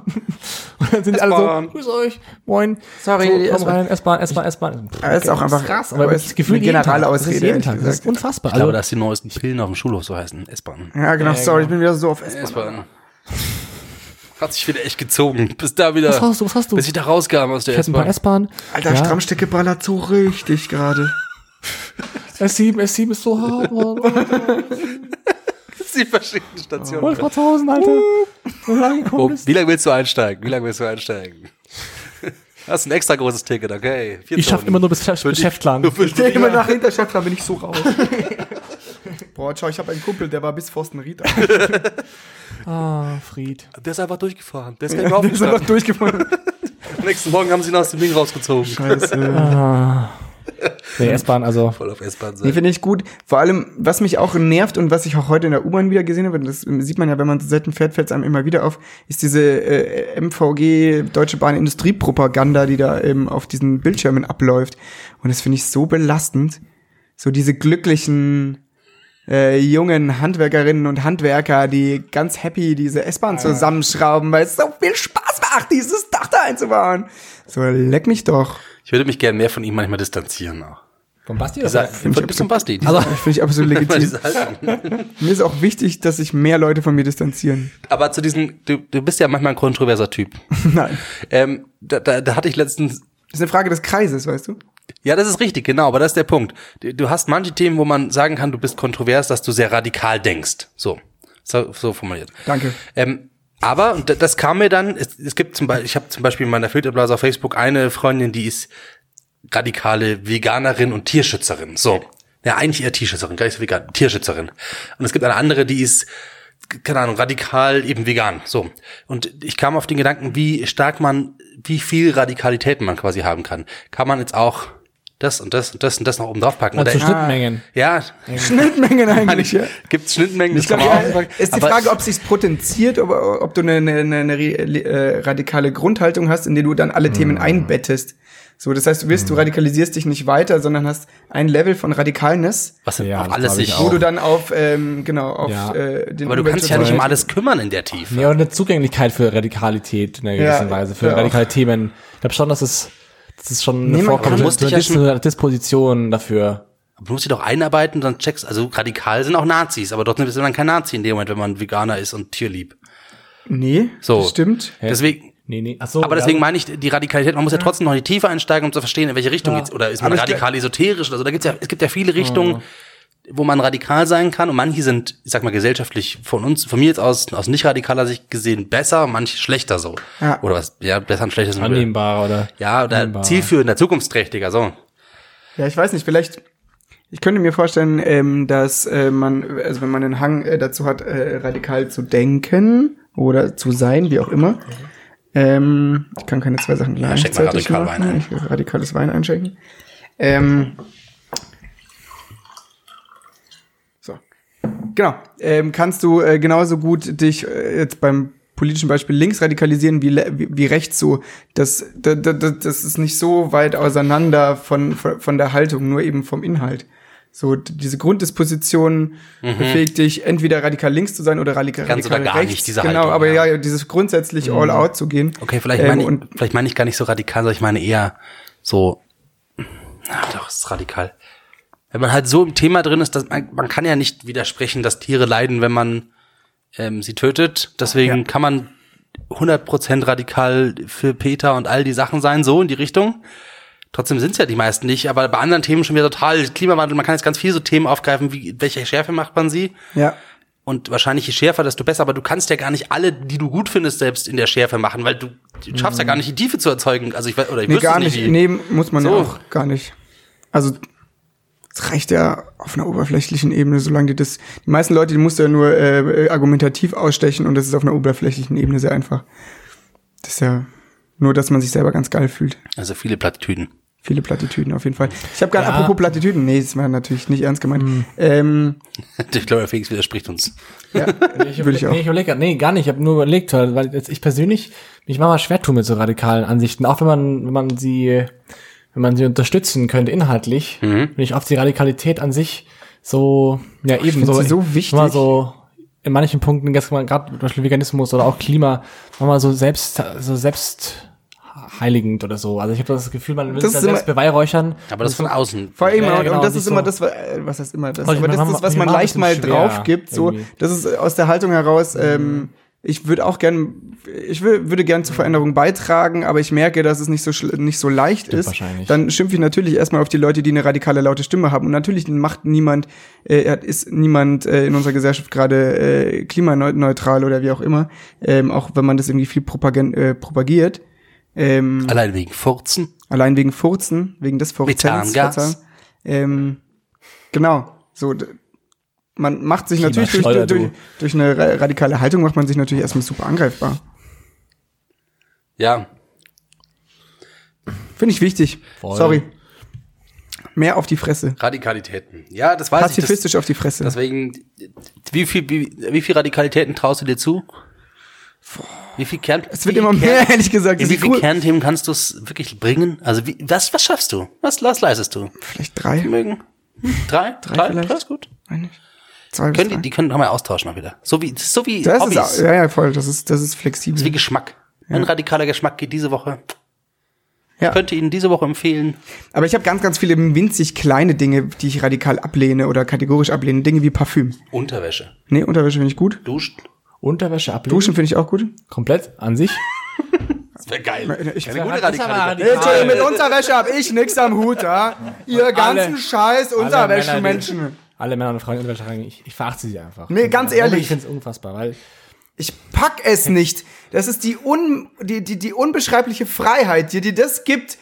dann sind die alle so, S-Bahn. grüß euch, moin. Sorry, die so, komm S-Bahn. rein, S-Bahn, S-Bahn, S-Bahn. Ja, ist auch einfach krass, aber, aber das es ist Gefühl eine jeden Tag. generelle Das ist Ausrede, jeden ehrlich Tag. Das ist gesagt. unfassbar. ich glaube, also, dass die neuesten Pillen auf dem Schulhof so heißen. S-Bahn. Ja, genau, sorry, ich bin wieder so auf S-Bahn. S-Bahn. Hat sich wieder echt gezogen. Bis da wieder. Was hast du, was hast du? Bis ich da rauskam aus der ich hatte ein paar S-Bahn. S-Bahn. Alter, ja, Strammstecke ballert so <laughs> richtig gerade. S7, S7 ist so hart, Mann. <laughs> <laughs> Die verschiedenen Stationen. Wolfratshausen, Alter. So lange Wo, kommt es. wie lange willst du einsteigen? Wie lange willst du einsteigen? <laughs> Hast ein extra großes Ticket, okay. Vier Ich schaff Zonen. immer <laughs> nur bis Für dich- Geschäftlang. für dich- Der <laughs> immer nach Hinterschafter bin ich so <laughs> raus. Boah, schau, ich habe einen Kumpel, der war bis <laughs> Forstenried. <laughs> Ah, Fried. Der ist einfach durchgefahren. Der ist gar nicht mehr <laughs> aufgestanden. durchgefahren. Am nächsten Morgen haben sie ihn aus dem Ding rausgezogen. Scheiße. Ah. Nee, S-Bahn, also. Voll auf S-Bahn sein. Nee, finde ich gut. Vor allem, was mich auch nervt und was ich auch heute in der U-Bahn wieder gesehen habe, und das sieht man ja, wenn man so selten fährt, fällt es einem immer wieder auf, ist diese äh, MVG, Deutsche Bahn Industriepropaganda, die da eben auf diesen Bildschirmen abläuft. Und das finde ich so belastend. So diese glücklichen äh, jungen Handwerkerinnen und Handwerker, die ganz happy diese S-Bahn zusammenschrauben, weil es so viel Spaß macht, dieses Dach da einzubauen. So, leck mich doch. Ich würde mich gerne mehr von ihm manchmal distanzieren auch. Von Basti Dieser, oder? von, bis zum Basti. Also, <laughs> finde ich <laughs> absolut legitim. Diese Haltung. Mir ist auch wichtig, dass sich mehr Leute von mir distanzieren. <laughs> Aber zu diesen, du, du bist ja manchmal ein kontroverser Typ. Nein. Ähm, da, da, da hatte ich letztens Das ist eine Frage des Kreises, weißt du? Ja, das ist richtig, genau, aber das ist der Punkt. Du du hast manche Themen, wo man sagen kann, du bist kontrovers, dass du sehr radikal denkst. So, so, so formuliert. Danke. Ähm, aber und da- das kam mir dann, es, es gibt zum Beispiel, ich habe zum Beispiel in meiner Filterblase auf Facebook eine Freundin, die ist radikale Veganerin und Tierschützerin. So. Ja, eigentlich eher Tierschützerin, gar nicht so vegan, Tierschützerin. Und es gibt eine andere, die ist, keine Ahnung, radikal eben vegan. So. Und ich kam auf den Gedanken, wie stark man, wie viel Radikalität man quasi haben kann. Kann man jetzt auch das und das und das und das noch oben drauf packen? Und Oder, Ah. zu Schnittmengen. ja, Schnittmengen eigentlich, ja. gibt es Schnittmengen? genau. Das Ich glaube, kann man auch ja, sagen. ist die Aber- Frage, ob sich's potenziert, ob, ob du eine, eine, eine, eine äh, radikale Grundhaltung hast, in der du dann alle Hm. Themen einbettest. So, das heißt, du wirst, du radikalisierst dich nicht weiter, sondern hast ein Level von Radikalness, was denn Ja, auch das alles glaub ich sich auch. wo du dann auf, ähm, genau, auf Ja. äh, den Aber du kannst dich ja Umwelt- nicht um alles kümmern in der Tiefe. Ja, und eine Zugänglichkeit für Radikalität in einer Ja, gewissen Weise, für ja auch. radikale Themen. Ich glaube schon, dass es, dass es schon eine Nee, man Vorkommt, kann- eine muss dich ja Dis- eine Disposition dafür. Du musst dich doch einarbeiten, dann checkst, also radikal sind auch Nazis, aber trotzdem bist du dann kein Nazi in dem Moment, wenn man Veganer ist und tierlieb. Nee, So. das stimmt. Deswegen, Nee, nee, ach so. Oh, aber deswegen meine ich die Radikalität, man muss ja trotzdem noch in die Tiefe einsteigen, um zu verstehen, in welche Richtung geht's, oder ist man Aber ich radikal esoterisch oder so, da gibt's ja, es gibt ja viele Richtungen, Oh. wo man radikal sein kann und manche sind, ich sag mal, gesellschaftlich von uns, von mir jetzt aus, aus nicht radikaler Sicht gesehen besser, manche schlechter so. Ja. Oder was, ja, besser und schlechter sind annehmbar oder. Ja, oder annehmbar. zielführender, zukunftsträchtiger, so. Ja, ich weiß nicht, vielleicht. Ich könnte mir vorstellen, ähm, dass äh, man, also wenn man einen Hang äh, dazu hat, äh, radikal zu denken oder zu sein, wie auch immer. Ähm, ich kann keine zwei Sachen mal gleichzeitig radikal machen. Wein ein. Ich will radikales Wein einschenken. Ähm, so. Genau. Ähm, kannst du äh, genauso gut dich äh, jetzt beim politischen Beispiel links radikalisieren wie, le- wie, wie rechts so. Das, das, das, das ist nicht so weit auseinander von, von von der Haltung, nur eben vom Inhalt. So, d- diese Grunddisposition Mhm. befähigt dich, entweder radikal links zu sein oder radikal, Ganz oder radikal gar rechts. nicht, diese genau, Haltung, aber ja. Mhm. ja, dieses grundsätzlich all out zu gehen. Okay, vielleicht Ähm, meine und ich, vielleicht meine ich gar nicht so radikal, sondern ich meine eher so, na doch, es ist radikal. Wenn man halt so im Thema drin ist, dass man, man kann ja nicht widersprechen, dass Tiere leiden, wenn man ähm, sie tötet. Deswegen kann man 100% radikal für Peter und all die Sachen sein, so in die Richtung. Trotzdem sind es ja die meisten nicht, aber bei anderen Themen schon wieder total Klimawandel. Man kann jetzt ganz viele so Themen aufgreifen, wie welche Schärfe macht man sie? Ja. Und wahrscheinlich je schärfer, desto besser, aber du kannst ja gar nicht alle, die du gut findest, selbst in der Schärfe machen, weil du, du schaffst ja gar nicht, die Tiefe zu erzeugen. Also ich weiß, oder ich Nee, wüsste gar es nicht. nicht. wie. Nee, muss man So. ja auch gar nicht. Also es reicht ja auf einer oberflächlichen Ebene, solange die das. Die meisten Leute, die musst du ja nur äh, äh, argumentativ ausstechen und das ist auf einer oberflächlichen Ebene sehr einfach. Das ist ja nur, dass man sich selber ganz geil fühlt. Also viele Plattitüden. <laughs> Viele Plattitüden auf jeden Fall. Ich habe gerade Ja. apropos Plattitüden. Nee, das war natürlich nicht ernst gemeint. Ähm, Ich glaube, Felix widerspricht uns. ja, Ich würde ich auch. Nee, ich überleg grad- nee, gar nicht. Ich habe nur überlegt, halt, weil jetzt ich persönlich mich manchmal schwer tue mit so radikalen Ansichten, auch wenn man, wenn man sie, wenn man sie unterstützen könnte inhaltlich, Mhm. bin ich oft die Radikalität an sich so, ja eben find so, sie so wichtig. Mal so in manchen Punkten, gerade zum Beispiel Veganismus oder auch Klima, manchmal so selbst, so selbst heiligend oder so. Also ich habe das Gefühl, man will sich Das da ist immer- selbst beweihräuchern. Aber das von außen. Vor allem, Ja, ja, und- genau, und das sich ist so- immer das, wa- äh, was heißt immer das, Wollte ich mal aber das machen, ist, was mir man war ein leicht bisschen mal schwer, drauf gibt, so, irgendwie. Mhm. das ist aus der Haltung heraus, ähm, ich würde auch gern, ich wür- würde gern Mhm. zur Veränderung beitragen, aber ich merke, dass es nicht so, schl- nicht so leicht ist. wahrscheinlich. Dann schimpfe ich natürlich erstmal auf die Leute, die eine radikale, laute Stimme haben. Und natürlich macht niemand, äh, hat- ist niemand äh, in unserer Gesellschaft gerade äh, klimaneutral oder wie auch immer, ähm, auch wenn man das irgendwie viel propagen- äh, propagiert. Ähm, Allein wegen Furzen. Allein wegen Furzen, wegen des Furzens. Methangas. Verzeihung. Ähm, genau, so. d- Man macht sich natürlich durch, Schleuder, durch, durch eine ra- radikale Haltung macht man sich natürlich erstmal super angreifbar. Ja. Finde ich wichtig. Voll. Sorry. Mehr auf die Fresse. Radikalitäten. Ja, das weiß ich. Das, Pazifistisch auf die Fresse. deswegen, wie viel, wie, wie viel Radikalitäten traust du dir zu? Wie viel Kern? es wird wie immer viel mehr, Kern- ehrlich gesagt. In Das wie ist viel cool. Kernthemen kannst du es wirklich bringen? Also wie, was, was schaffst du? Was, was leistest du? Vielleicht drei. mögen. Hm, Drei? Drei, drei, vielleicht. drei ist gut. Weiß nicht. Zwei bis Können die, drei. die können nochmal austauschen mal wieder. So wie, so wie das Hobbys. ist, auch- ja, ja, voll, das ist, das Das ist ist flexibel. wie Geschmack. Mein radikaler Geschmack geht diese Woche. Ja. Ich könnte Ihnen diese Woche empfehlen. Aber ich habe ganz, ganz viele winzig kleine Dinge, die ich radikal ablehne oder kategorisch ablehne. Dinge wie Parfüm. Unterwäsche. Nee, Unterwäsche finde ich gut. Duschen. Unterwäsche ablegen. Duschen finde ich auch gut. Komplett an sich. Das wäre geil. Ich- Eine gute Das ist aber radikale radikal. Entschuldigung, mit Unterwäsche hab ich nix am Hut, ja? Ihr ganzen alle- Scheiß Männer, Unterwäschemenschen. die- alle Männer und Frauen in Unterwäsche tragen, ich, ich verachte sie einfach. Also, Nee, ganz ehrlich. Ich finde es unfassbar, weil Ich pack es nicht. Das ist die, un, die, die, die unbeschreibliche Freiheit, die dir das gibt,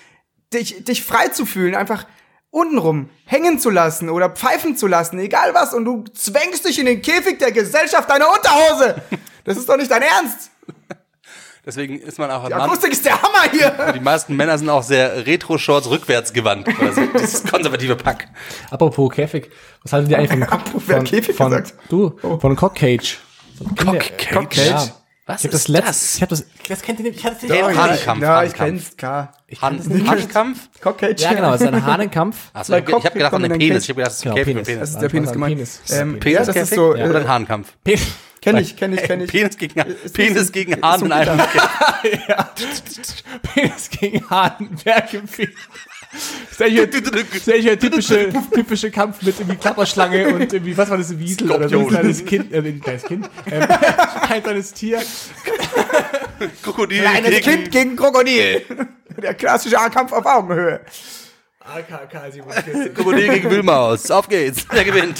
dich, dich frei zu fühlen, einfach untenrum hängen zu lassen oder pfeifen zu lassen, egal was, und du zwängst dich in den Käfig der Gesellschaft deiner Unterhose. Das ist doch nicht dein Ernst. Deswegen ist man auch ein Die Mann. Akustik ist der Hammer hier. Die meisten Männer sind auch sehr Retro-Shorts rückwärts gewandt. <laughs> Quasi. Dieses konservative Pack. Apropos Käfig, was haltet ihr eigentlich von, <laughs> Apropos, wer hat von, Käfig von gesagt? Oh. du von Cockcage? Cockcage? Ja. Was ich hab das ist letzt, das? Ich hab <laughs> das, das kennt ihr nicht. Ich hab's nicht. Ja, Ja, Hahnenkampf, Ja, ich Hahnenkampf. kenn's, klar. Han Handkampf? Cockcage. ja genau, es ist ein Hahnenkampf. Achso, ich, hab- ich habe gedacht an den Penis. Ich habe gedacht, das ist Genau, Käfig Penis. mit Penis. Das ist der Penis gemeint. Penis. Ähm, Penis ja, das ist so, ja. oder ein äh, Hahnkampf. kenn ich, kenn ich, kenn ich. Penis gegen, <laughs> ist- Penis ist- gegen ist Hahn so in einem Käfig. <laughs> Penis gegen Hahn, wer gewinnt? Ist ja hier, <laughs> ist ja hier typische, typische Kampf mit irgendwie Klapperschlange und irgendwie, was war das, ein Wiesel oder so, ein Skorpion. kleines Kind, äh, ein kleines Kind, ähm, <laughs> ein kleines Tier. Krokodil Kleines gegen Kind gegen Krokodil. <laughs> Der klassische Kampf auf Augenhöhe. AKK 47. Krokodil gegen Wühlmaus. Auf geht's. <laughs> Wer gewinnt?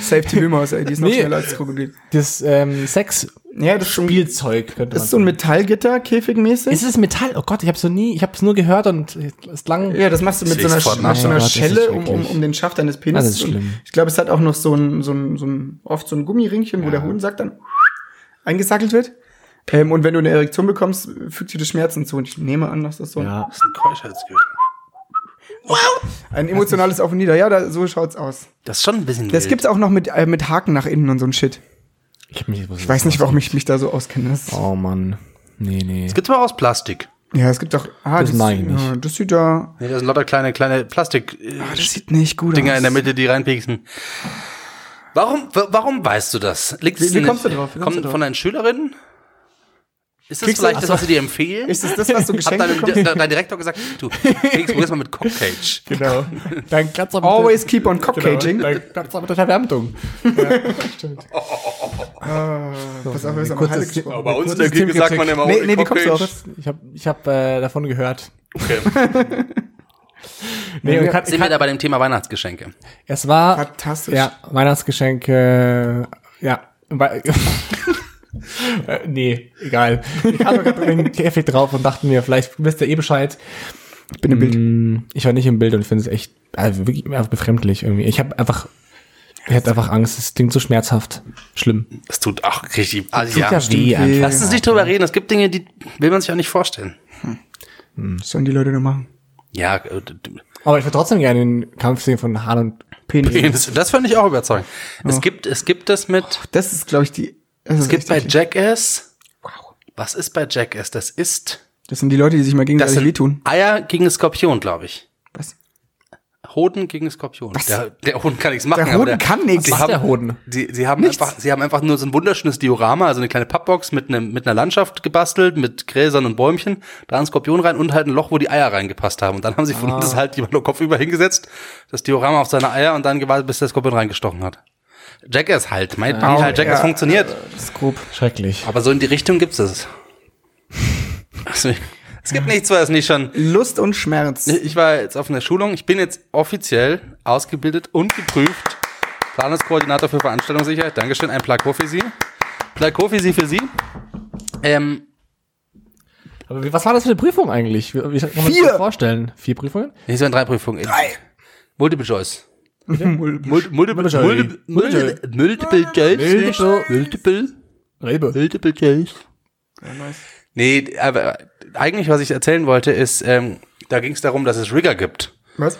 Safety Wühlmaus, ey, die ist noch Nee. schneller als Krokodil. Das, ähm, Sex. Ja, das ist schon- Spielzeug, könnte man Das ist so ein Metallgitter, käfigmäßig. Ist es Metall? Oh Gott, ich hab's so nie, ich hab's nur gehört und es lang. Ja, das machst du mit so einer, Sofort mit so nach. einer Ja, das ist Schelle um, um, wirklich- um den Schaft deines Ah, Penis. das ist Und schlimm. Ich glaube, es hat auch noch so ein, so ein, so ein oft so ein Gummiringchen, wo der Hodensack dann eingesackelt wird. Ähm, und wenn du eine Erektion bekommst, fügt dir das Schmerzen zu. Und ich nehme an, dass das so ein, Ja. Das ist ein Keuschheitsgürtel. ein emotionales Auf und Nieder. Ja, da, so schaut's aus. Das ist schon ein bisschen Das wild. gibt's auch noch mit, äh, mit Haken nach innen und so ein Shit. Ich hab mich, Ich weiß nicht, warum ich mich da so auskenne. Das, Oh Mann. Nee, nee. Das gibt's aber aus Plastik. Ja, es gibt auch. Ah, Das mag ich nicht. ja, das sieht da. Nee, das sind lauter kleine, kleine Plastik. äh, Ah, das sieht nicht gut Dinger aus. in der Mitte, die reinpieksen. Warum, wa- warum weißt du das? Liegt's Wie- wie denn- kommst du drauf? Wie kommst Kommt du drauf? von deinen Schülerinnen? Ist das Kriegst du- vielleicht das, was sie dir empfehlen? Ist das das, was du Hat geschenkt dein, bekommst? dein Direktor gesagt, du, Felix, probier's mal mit <laughs> Cockcage. Genau. Dann klappt's aber Always keep on cockcaging. Genau. Dann klappt's aber mit der Verwärmtung. Pass auf, wir sind am Halle Kurzes- gesprochen. Bei uns Kurzes Team gesagt. immer, oh, Nee, nee, wie kommst du auf? Ich hab, ich hab äh, davon gehört. <laughs> Okay. Nee, und kann, Sind wir da bei dem Thema Weihnachtsgeschenke? es war Fantastisch. ja Weihnachtsgeschenke. äh, Ja. Wei- <laughs> Äh, nee, egal. Ich kam gerade den Käfig drauf und dachte mir, vielleicht wisst ihr eh Bescheid. Ich bin im Bild. Mm, Ich war nicht im Bild und finde es echt also wirklich einfach befremdlich irgendwie. Ich habe einfach, ich hatte einfach Angst. Es klingt so schmerzhaft, schlimm. Das tut auch richtig. Also, ja. Tut weh weh. einfach. Lass uns nicht drüber reden. Es gibt Dinge, die will man sich auch nicht vorstellen. Was sollen die Leute nur machen? Ja, äh, d- Aber ich würde trotzdem gerne den Kampf sehen von Hahn und Penis. Penis. Das fand ich auch überzeugend. Es gibt, es gibt Oh, das mit, Das ist, glaube ich, die. Das, es ist gibt richtig- bei Jackass. Was ist bei Jackass? Das ist, das sind die Leute, die sich mal das gegenseitig sind wehtun. Eier gegen Skorpion, glaube ich. Was? Hoden gegen Skorpion. Der, der Hoden kann nichts machen. Der aber Hoden kann nichts. Sie Was macht der haben, Hoden? Die, sie, haben einfach, sie haben einfach nur so ein wunderschönes Diorama, also eine kleine Pappbox mit, einem, mit einer Landschaft gebastelt, mit Gräsern und Bäumchen, da ein Skorpion rein und halt ein Loch, wo die Eier reingepasst haben. Und dann haben sie von uns halt jemand Kopf über hingesetzt, das Diorama auf seine Eier und dann gewartet, bis der Skorpion reingestochen hat. Jackass halt. Mein Pony halt, Jackass ja. funktioniert. Das ist grob. schrecklich. Aber so in die Richtung gibt's das. <laughs> Also, es gibt nichts, was nicht schon Lust und Schmerz. Äh, ich war jetzt auf einer Schulung. Ich bin jetzt offiziell ausgebildet und geprüft. Planungskoordinator für Veranstaltungssicherheit. Dankeschön. Ein Plakot für Sie. Plakot für Sie für Sie. Ähm, Aber wie- was war das für eine Prüfung eigentlich? Wie, wie kann man sich Vier. das vorstellen? Vier Prüfungen? hier sind drei Prüfungen. Drei. Multiple Choice. Mul- Mul- Multiple Multiple Multiple- Multiple- Multiple Choice. Multiple- Multiple. Rebe. Multiple Choice. Nee, aber eigentlich, was ich erzählen wollte, ist, ähm, da ging es darum, dass es Rigger gibt. Was?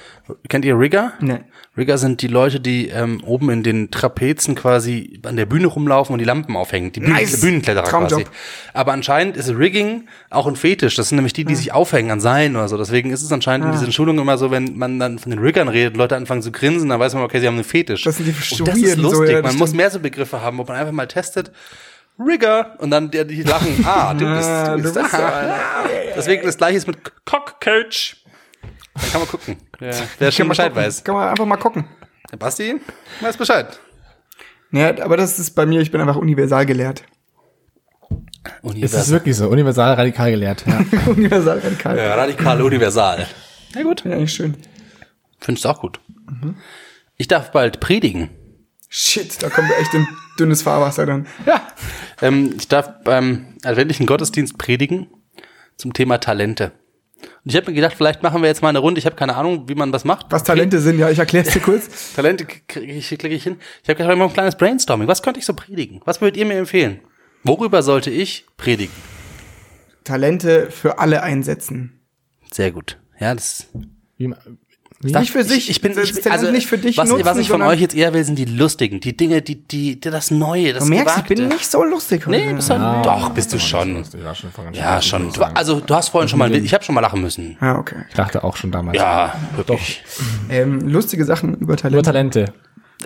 Kennt ihr Rigger? Nee. Rigger sind die Leute, die ähm, oben in den Trapezen quasi an der Bühne rumlaufen und die Lampen aufhängen. Die Bühnen, Nice. Bühnenkletterer Traumjob. quasi. Aber anscheinend ist Rigging auch ein Fetisch. Das sind nämlich die, die sich aufhängen an Seilen oder so. Deswegen ist es anscheinend in diesen Schulungen immer so, wenn man dann von den Riggern redet, Leute anfangen zu grinsen, dann weiß man, okay, sie haben einen Fetisch. Das sind die und das ist Weirden so, lustig. ja, das man muss stimmt. mehr so Begriffe haben, wo man einfach mal testet. Rigger und dann die, die <laughs> lachen. Ah, du bist, du bist, bist so ah. Deswegen das gleiche ist mit Cockcage. Dann kann man gucken. Wer schon Bescheid weiß. Kann man einfach mal gucken. Der Basti weiß Bescheid. Ja, aber das ist bei mir, ich bin einfach universal gelehrt. <laughs> Es ist wirklich so, universal radikal gelehrt. <laughs> Ja. universal radikal. Ja. Ja, radikal universal. Na gut. ja, eigentlich schön. Findest du auch gut. Ich darf bald predigen. Shit, da kommen wir echt in dünnes Fahrwasser dann. Ja. Ähm, ich darf beim adventlichen Gottesdienst predigen zum Thema Talente. Und ich habe mir gedacht, vielleicht machen wir jetzt mal eine Runde. Ich habe keine Ahnung, wie man das macht. Was Talente sind, ja, ich erkläre es dir kurz. Talente k- krieg ich, klicke ich hin. Ich habe gerade mal ein kleines Brainstorming. Was könnte ich so predigen? Was würdet ihr mir empfehlen? Worüber sollte ich predigen? <laughs> Talente für alle einsetzen. Sehr gut. Ja, das Wie, Das- Nicht für sich, Ich, ich bin das ich, bin- also Talent nicht für dich was, nutzen, was ich von sondern- euch jetzt eher will, sind die lustigen, die Dinge, die die, die das Neue, das Du merkst, ich Gewagte. bin nicht so lustig heute. Nee, bist du, doch bist du schon. ja, schon, von ganz Ja, schön, schon. muss ich Du, sagen. also du hast vorhin schon mal, ich habe schon mal lachen müssen. Ja, Ah, okay. ich dachte auch schon damals. Ja, wirklich. Ähm, lustige Sachen über Talente. Nur Talente.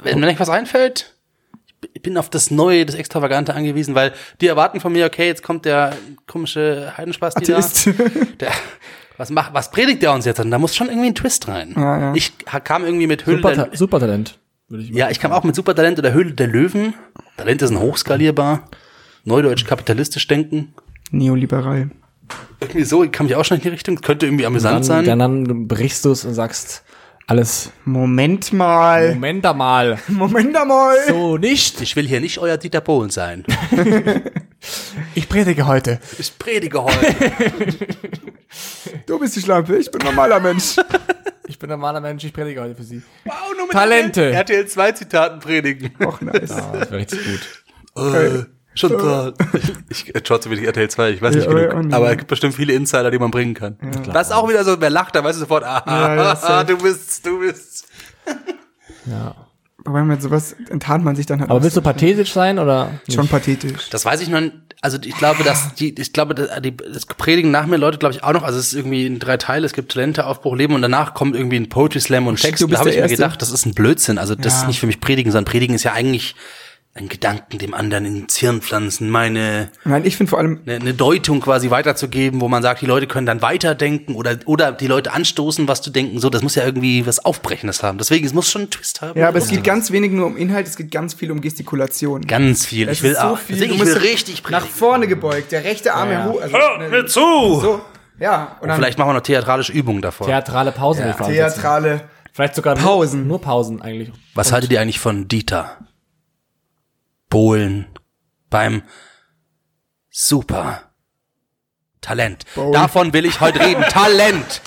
Wenn mir nicht was einfällt, ich bin auf das Neue, das Extravagante angewiesen, weil die erwarten von mir, okay, jetzt kommt der komische Heidenspaß, der, Atheist. der was macht, was predigt der uns jetzt? Und da muss schon irgendwie ein Twist rein. Ja, ja. Ich kam irgendwie mit Hülle der- Super, Supertalent. Würde ich Ja, ich kam auch mit Supertalent oder Höhle der Löwen. Talente sind hochskalierbar. Neudeutsch kapitalistisch denken. <laughs> Neoliberal. Irgendwie so kam ich auch schon in die Richtung. Könnte irgendwie amüsant dann, sein. dann, dann brichst du es und sagst alles. Moment mal. Moment mal. Moment mal. So nicht. Ich will hier nicht euer Dieter Bohlen sein. Ich predige heute. Ich predige <laughs> heute. Du bist die Schlampe, ich bin normaler Mensch. Ich bin ein normaler Mensch, ich predige heute für Sie. Wow, nur mit Talente. RTL- RTL 2 Zitaten predigen. <laughs> Och, nice. Ah, Das wäre richtig gut. Äh, schon toll. Ich, ich schaue zu wenig RTL 2, ich weiß nicht Ja, genug. oh, nee. Aber es gibt bestimmt viele Insider, die man bringen kann. Das ist auch wieder so, wer lacht, da weißt du sofort, ah, Ja, ja, safe. du bist, du bist. Ja. Wobei mit sowas enttarnt man sich dann halt Aber auch willst du pathetisch sein oder? so. <laughs> schon pathetisch. Das weiß ich noch. nicht. Also ich glaube, dass die, ich glaube, dass die, das predigen nach mir Leute, glaube ich auch noch. Also es ist irgendwie in drei Teile. Es gibt Talente, Aufbruch, Leben und danach kommt irgendwie ein Poetry Slam und Text. du Da bist habe ich der mir Erste. gedacht, das ist ein Blödsinn. Also das Ja. ist nicht für mich Predigen, sondern Predigen ist ja eigentlich ein Gedanken dem anderen ins Hirn pflanzen, meine ne, Nein, ich finde vor allem, eine, eine Deutung quasi weiterzugeben, wo man sagt, die Leute können dann weiterdenken oder oder die Leute anstoßen, was zu denken. So, das muss ja irgendwie was Aufbrechendes haben. Deswegen es muss schon einen Twist haben. ja, aber es geht ganz wenig nur um Inhalt, es geht ganz viel um Gestikulation. ganz viel. Es ich will ist so auch. viel, deswegen, du ich will musst richtig nach predigen. vorne gebeugt, der rechte Arm Ja, ja. erhoch. Also, ne, zu. so, ja, und Und dann vielleicht machen wir noch theatralische Übungen davor. Theatrale Pausen. die wir ansetzen. theatrale. Vielleicht sogar nur- Pausen. Nur Pausen eigentlich. Was haltet ihr eigentlich von Dieter? Bohlen beim Super Talent. Davon will ich heute <laughs> reden. Talent!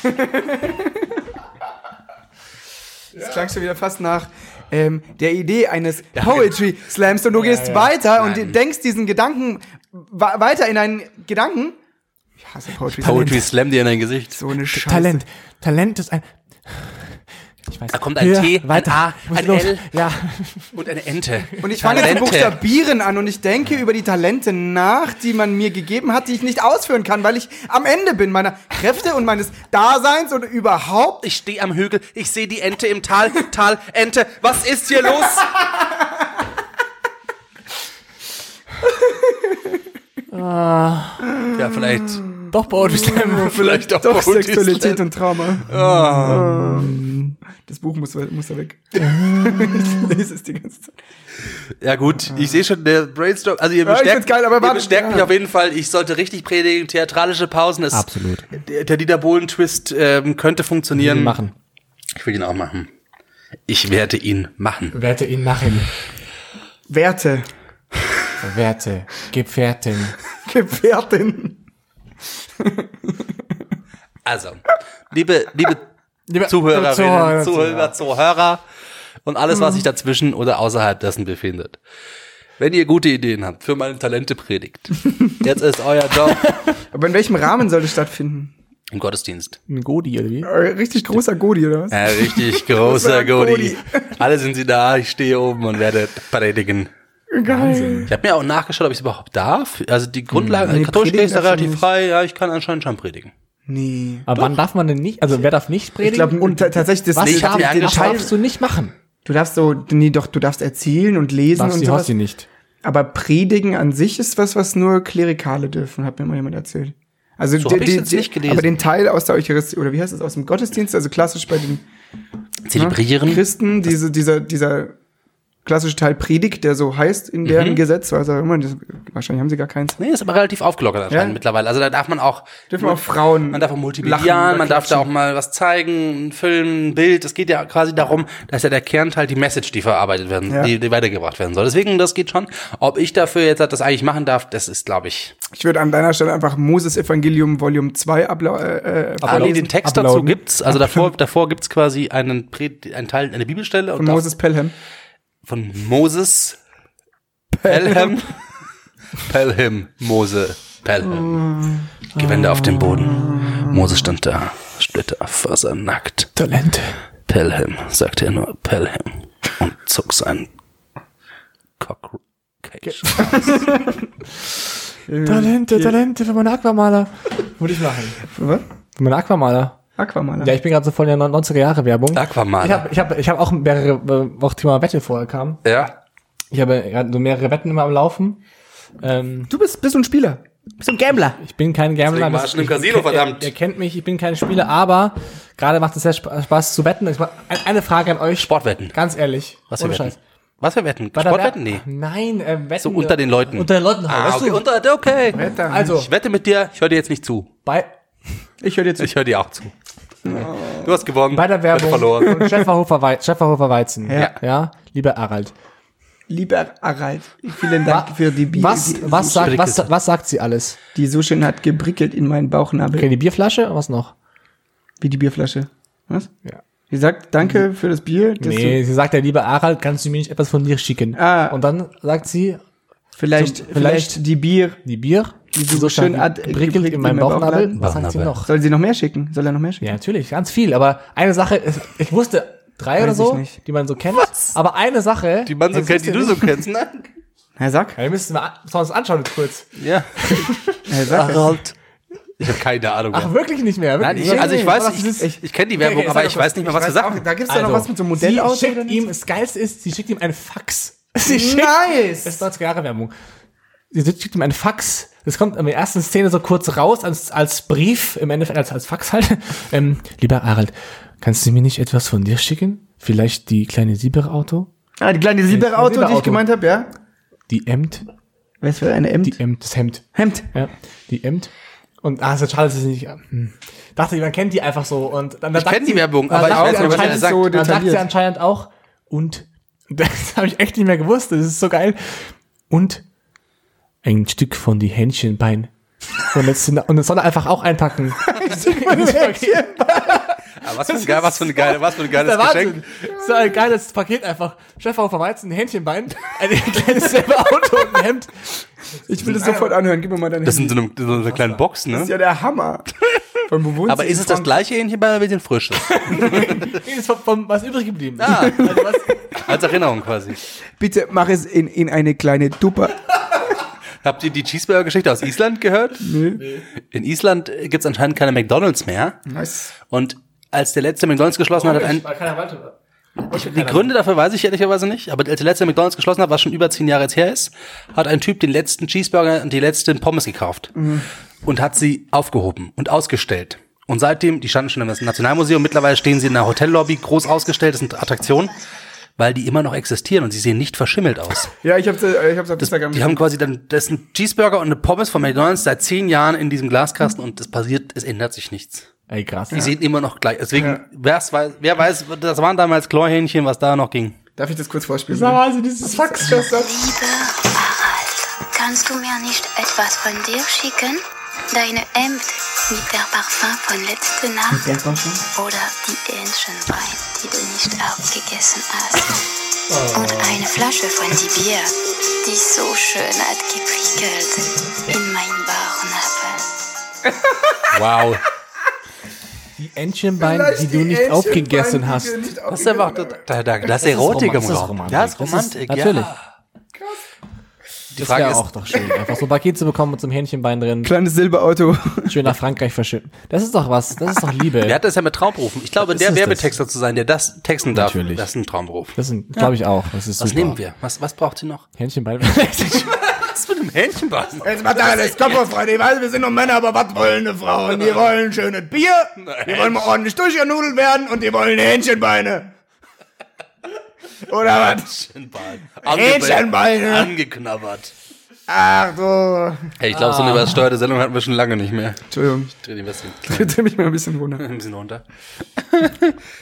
Das klang schon wieder fast nach ähm, der Idee <laughs> eines Poetry genau. Slams und du gehst weiter und Nein. denkst diesen Gedanken wa- weiter in einen Gedanken. Ich hasse Poetry, Poetry Slams. Slam dir in dein Gesicht. So eine Scheiße. Talent. Talent ist ein. Ich weiß. Da kommt ein T, ein A, Ich muss ein los. L. Ja. Und eine Ente. Und ich fange jetzt zu buchstabieren an und ich denke über die Talente nach, die man mir gegeben hat, die ich nicht ausführen kann, weil ich am Ende bin meiner Kräfte und meines Daseins und überhaupt. Ich stehe am Hügel, ich sehe die Ente im Tal, Tal, Ente. Was ist hier <laughs> los? ja, vielleicht, Doch, Poetry Slam. vielleicht auch Ah. <laughs> Doch, Poetry Ah. Sexualität Slam. und Trauma. Ähm, Das Buch muss, muss da weg. <laughs> ich lese es die ganze Zeit. Ja gut, ich sehe schon, der Brainstorm, also ihr Ja, ich bestärkt, find's geil, aber ihr warte, bestärkt ja. mich auf jeden Fall. Ich sollte richtig predigen, theatralische Pausen ist Absolut. Der, der Dieter Bohlen-Twist ähm, könnte funktionieren. Ihn machen. Ich will ihn auch machen. Ich werde ihn machen. Werte ihn machen. Werte. Werte. Gefährtin. Gefährtin. Also, liebe, liebe Liebe <laughs> Zuhörerinnen, Zuhörer, Zuhörer, Zuhörer und alles, was sich dazwischen oder außerhalb dessen befindet. Wenn ihr gute Ideen habt <laughs> für meine Talente predigt, jetzt ist euer Job. Aber in welchem Rahmen soll das stattfinden? Im Gottesdienst. Ein Godi oder wie? Äh, Richtig großer Godi, Äh, oder was? Ja, <laughs> richtig großer ein Godi. <laughs> Godi. Alle sind sie da, ich stehe oben und werde predigen. Geil. Ich habe mir auch nachgeschaut, ob ich es überhaupt darf. Also die Grundlage, Hm. Nee, katholisch predigen ist da darfst du relativ nicht. frei, ja, ich kann anscheinend schon predigen. Nee. Aber wann darf man denn nicht? Also wer darf nicht predigen? Ich glaube, und ta- tatsächlich, das was nee, ich hab darf, mir was angeschaut. darfst du nicht machen? du darfst so, nee, doch, du darfst erzählen und lesen Darfst und die sowas. Hostie nicht. Aber Predigen an sich ist was, was nur Klerikale dürfen, hat mir mal jemand erzählt. Also So die- hab ich's die- jetzt die- nicht gelesen. Aber den Teil aus der Eucharistie, oder wie heißt es, aus dem Gottesdienst, also klassisch bei den ne, Zelebrieren. Christen, diese, dieser, dieser klassische Teil Predigt, der so heißt in Mhm. deren Gesetz, also immer, das, wahrscheinlich haben sie gar keins. Nee, ist aber relativ aufgelockert anscheinend Ja. mittlerweile. Also da darf man auch, Dürfen auch Frauen man darf auch lachen oder multiplizieren, man darf da auch klatschen. mal was zeigen, ein Film, ein Bild. Es geht ja quasi darum, dass ja der Kernteil die Message, die verarbeitet werden, Ja. die, die weitergebracht werden soll. Deswegen, das geht schon. Ob ich dafür jetzt das eigentlich machen darf, das ist, glaube ich. Ich würde an deiner Stelle einfach Moses Evangelium Volume 2 abla äh, äh, Ah, nee, Uploaden. den Text dazu Uploaden. gibt's. Also davor, davor gibt's quasi einen, Pre einen Teil, eine Bibelstelle von da- Moses Pelham. von Moses Pelham. Pelham, Mose, Pelham. Gewände auf dem Boden. Mose stand da, splitterfasernackt. Talente. Pelham, sagte er nur Pelham und zog sein Cock. Cage. Äh, Talente, Talente für meine Aquamaler. Würde ich machen. Was? Für meine Aquamaler. Aquamaler. Ja, ich bin gerade so voll in der 90er Jahre Werbung. Ich Aquaman. habe ich hab, ich hab auch mehrere, äh, auch Thema Wette vorher kam. Ja. Ich habe gerade so mehrere Wetten immer am Laufen. Ähm, Du bist, bist so ein Spieler. Bist so ein Gambler. ich bin kein Gambler. Deswegen warst das- du im ich- Casino, ihr- verdammt. Ihr, ihr kennt mich, ich bin kein Spieler, aber gerade macht es sehr spa- Spaß zu wetten. Ich mach- ein- Eine Frage an euch. Sportwetten. Ganz ehrlich. Was Ohne wir wetten? Scheiß. Was wir wetten? Bei der Sportwetten? Wer- Nee. Nein, äh, wetten. So unter den Leuten. Unter den Leuten. halt, Ah, weißt okay. du? Unter, okay. also, Ich wette mit dir, ich höre dir jetzt nicht zu. bei, Ich höre dir zu. Ich höre dir auch zu. Du hast gewonnen. bei der ich hab Werbung verloren. von Schäferhofer, Wei Schäferhofer Weizen. Ja. ja. Lieber Harald. Lieber Harald, vielen Dank für die Bier. Was, die, was, sagt, Sprickel. was, was sagt sie alles? die Sushin hat gebrickelt in meinen Bauchnabel. Okay, die Bierflasche? Was noch? Wie die Bierflasche. Was? Ja. Sie sagt, danke für das Bier. dass Mhm. Nee, sie sagt ja, lieber Harald, kannst du mir nicht etwas von dir schicken? Ah. Und dann sagt sie, du vielleicht, Zum- vielleicht, vielleicht- die Bier. die Bier, Die so schön ad- prickelt in meinem Bauchnabel. Was sagt sie Bauchnabel. noch? Soll sie noch mehr schicken? Soll er noch mehr schicken? Ja, natürlich, ganz viel. Aber eine Sache, ist- ich wusste drei oder ich so, nicht. die man so kennt. Aber eine Sache, Die man so Das kennt, ist die ja du so kennst, ne? Herr Sack. ja, wir müssen wir an- uns anschauen jetzt kurz. Ja. Herr Sack. Halt. Ich habe keine Ahnung. Ach, wirklich nicht mehr? Nein, Wirklich? ich, also ich War das weiß, dieses- ich, ich kenne die Okay, okay, Werbung, sag aber doch ich was. weiß nicht mehr, was du sagst. da gibt's doch noch was mit so einem Also, sie Modell aus. schickt ihm, das Geilste ist, sie schickt ihm einen Fax. <laughs> Sie schickt, Nice! Das ist 90 Jahre Werbung. Sie schickt ihm einen Fax. Das kommt in der ersten Szene so kurz raus als, als Brief, im Endeffekt als, als Fax halt. <laughs> Ähm, lieber Harald, kannst du mir nicht etwas von dir schicken? Vielleicht die kleine Sieberauto? Ah, die kleine Silberauto, die ich Silberauto. gemeint habe, ja? Die Emt? Weißt du, eine Hemd? Die Emt, das Hemd. Hemd. Ja, die Emt. Und ah, ist ja schade, dass ich nicht. Hm. Dachte, man kennt die einfach so. Und dann, dann Ich kenne die Werbung, aber ich sagt weiß sie nicht, was anscheinend er sagt. so- Dann sagt detailliert. sie anscheinend auch, und <laughs> das habe ich echt nicht mehr gewusst, das ist so geil. Und ein Stück von die Hähnchenbein. Und, jetzt, und das soll er einfach auch <laughs> einpacken. Aber was für ein geil- was für ein geil- was für ein geiles Das ist der Wahnsinn. Geschenk. Das ist ein geiles Paket einfach. Chefhaufer Weizen, ein Hähnchenbein, ein kleines selber Auto und ein Hemd. Ich will das sofort anhören. Gib mir mal deine Das sind so eine, so eine kleine Box, Das ist ne? ja der Hammer. Von wo wohnst Aber du? ist es das gleiche Hähnchen bei ein <laughs> bisschen frisches? Nee, ist vom, vom, was übrig geblieben. Ah. Also was, Als Erinnerung quasi. Bitte mach es in, in eine kleine Duppe. Habt ihr die Cheeseburger-Geschichte aus Island gehört? Nee. In Island gibt es anscheinend keine McDonalds mehr. Nice. Und als der letzte McDonalds geschlossen hat, hat ein, Die Gründe dafür weiß ich ehrlicherweise nicht, aber als der letzte McDonalds geschlossen hat, was schon über zehn Jahre jetzt her ist, hat ein Typ den letzten Cheeseburger und die letzten Pommes gekauft und hat sie aufgehoben und ausgestellt. Und seitdem, die standen schon im Nationalmuseum, mittlerweile stehen sie in der Hotellobby, groß ausgestellt, das sind Attraktionen, weil die immer noch existieren und sie sehen nicht verschimmelt aus. Ja, ich hab's, äh, ich hab's auf Instagram. Die haben quasi dann, das ist ein Cheeseburger und eine Pommes von McDonalds seit zehn Jahren in diesem Glaskasten und es passiert, es ändert sich nichts. Ey, krass. Die sehen immer noch gleich. Deswegen, Ja. wer's weiß, wer weiß, das waren damals Chlorhähnchen, was da noch ging. Darf ich das kurz vorspielen? Das war also dieses Fax. Lieber Harald, kannst du mir nicht etwas von dir schicken? Deine Hemd mit der Parfum von letzter Nacht oder die Hähnchenbein, die du nicht aufgegessen hast. Und eine Flasche von die Bier, die so schön hat <laughs> geprickelt in mein Bauchnabel. Wow. die Entchenbeine, die du nicht aufgegessen hast. Das ist einfach, da, da, da, das ist Erotik im Romantik, das ist Raum. Romantik. Ja, Das ist ist- Romantik, ja. natürlich. Die Das Frage wäre ist, auch doch schön, einfach so ein Paket zu bekommen mit so einem Hähnchenbein drin, Kleines Silberauto. schön nach Frankreich verschippen. Das ist doch was, das ist doch Liebe. wer hat das ja mit Traumberufen? Ich glaube, Ist der es das? Werbetexter zu sein, der das texten <laughs> darf, Natürlich. das ist ein Traumberuf. Das sind, glaube ich auch, das ist Was super. nehmen wir? Was, was braucht ihr noch? <laughs> Hähnchenbein. Was mit dem <laughs> Hähnchenbassen? Jetzt macht alles Kopf auf, Freunde. Ich weiß, wir sind noch Männer, aber was wollen eine Frauen? Die wollen schönes Bier, die wollen mal ordentlich durchgenudelt werden und die wollen Hähnchenbeine. Oder was? Hähnchenbein. Hähnchenbeine. Angeknabbert. Ach so. Hey, ich glaube, Ah. so eine übersteuerte Sendung hatten wir schon lange nicht mehr. Entschuldigung, Dreh den Westen bitte mich mal ein <laughs> bisschen wundern. ein bisschen runter.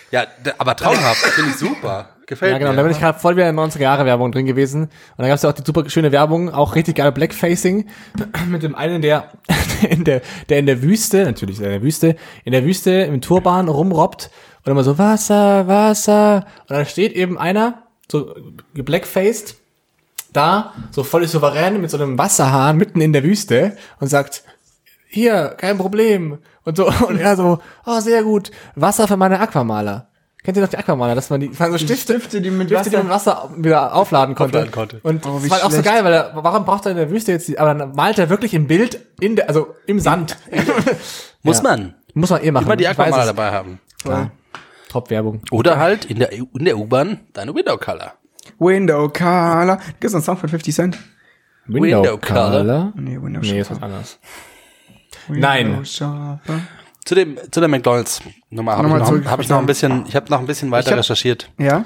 ja, da, aber traumhaft, finde ich super. Gefällt Ja, genau. Da mir. bin ich gerade voll wieder in 90er-Jahre-Werbung drin gewesen. Und da gab es ja auch die super schöne Werbung, auch richtig geile Blackfacing <clears throat> mit dem einen, der <laughs> in der, der in der Wüste, natürlich ist er in der Wüste, in der Wüste im Turban rumrobbt und immer so Wasser, Wasser. Und dann steht eben einer, so geblackfaced, da, so voll souverän mit so einem Wasserhahn mitten in der Wüste und sagt, hier, kein Problem. Und so, <laughs> und er so, oh, sehr gut, Wasser für meine Aquamaler. Kennt ihr noch die Aquamaler, dass man die, also das waren so Stifte, Stifte, die mit Stifte, die man mit Wasser wieder aufladen konnte. Aufladen konnte. Und Oh, wie das war auch so schlecht. geil, weil er, warum braucht er in der Wüste jetzt, die, aber dann malt er wirklich im Bild, in der, also im <laughs> Sand. Muss Ja. man Muss man eh machen. immer die Ich weiß Aquamale es. dabei haben. Klar. Top-Werbung. Oder halt in der, in der U-Bahn deine Window Color. Window Color. Gibt es einen Song von 50 Cent? Window Color. Nee, Window Nee, ist was anderes. Nein. Shopper. Zu dem, zu der McDonalds Nummer habe ich, Nochmal noch- zurück. hab ich noch ein bisschen, ich habe noch ein bisschen weiter Ich hab- recherchiert, Ja?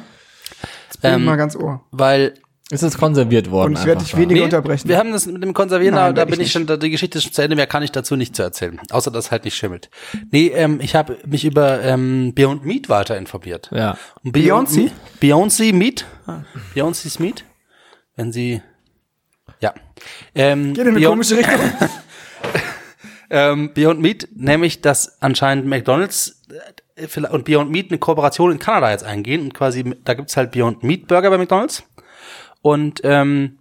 Jetzt bin Ähm, ich mal ganz ohr. weil Es ist konserviert worden. Und ich werde einfach dich da. weniger Nee, unterbrechen. Wir haben das mit dem Konservieren, Nein, da werd bin ich ich schon, da die Geschichte ist schon zu Ende, mehr kann ich dazu nicht zu erzählen. Außer, dass es halt nicht schimmelt. Nee, ähm, ich habe mich über ähm, Beyond Meat weiter informiert. Ja. Und Beyond Beyoncé? Meat- Beyoncé Ah, Meat? Beyoncé's Meat? Wenn sie, ja. Ähm, Geht in eine Beyon- komische Richtung. ähm, Beyond Meat, nämlich, dass anscheinend McDonalds äh, vielleicht- und Beyond Meat eine Kooperation in Kanada jetzt eingehen und quasi, da gibt's halt Beyond Meat Burger bei McDonalds. Und ähm,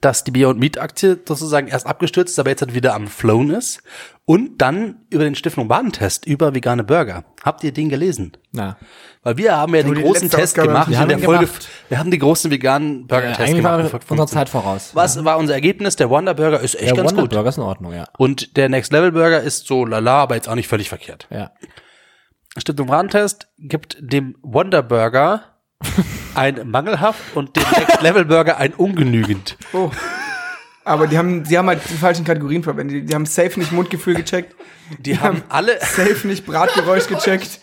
dass die Beyond Meat Aktie sozusagen erst abgestürzt ist, aber jetzt halt wieder am Flown ist. Und dann über den Stiftung Badentest über vegane Burger. Habt ihr den gelesen? Na. Weil wir haben ja den die großen letzte Test Ausgabe gemacht haben wir in der ihn Folge. gemacht. Wir haben die großen veganen Burger Test Eigentlich gemacht. waren wir unserer Zeit voraus. Was war unser Ergebnis? Der Wonder Burger ist echt Der ganz Wonder gut. Burger ist in Ordnung, ja. Und der Next Level Burger ist so lala, aber jetzt auch nicht völlig verkehrt. Ja. Stiftung Warentest gibt dem Wonder Burger <laughs> ein mangelhaft und dem Next Level Burger ein ungenügend. Oh. Aber die haben, die haben halt die falschen Kategorien verwendet. Die, die haben safe nicht Mundgefühl gecheckt, Die haben <laughs> alle, safe nicht Bratgeräusch gecheckt.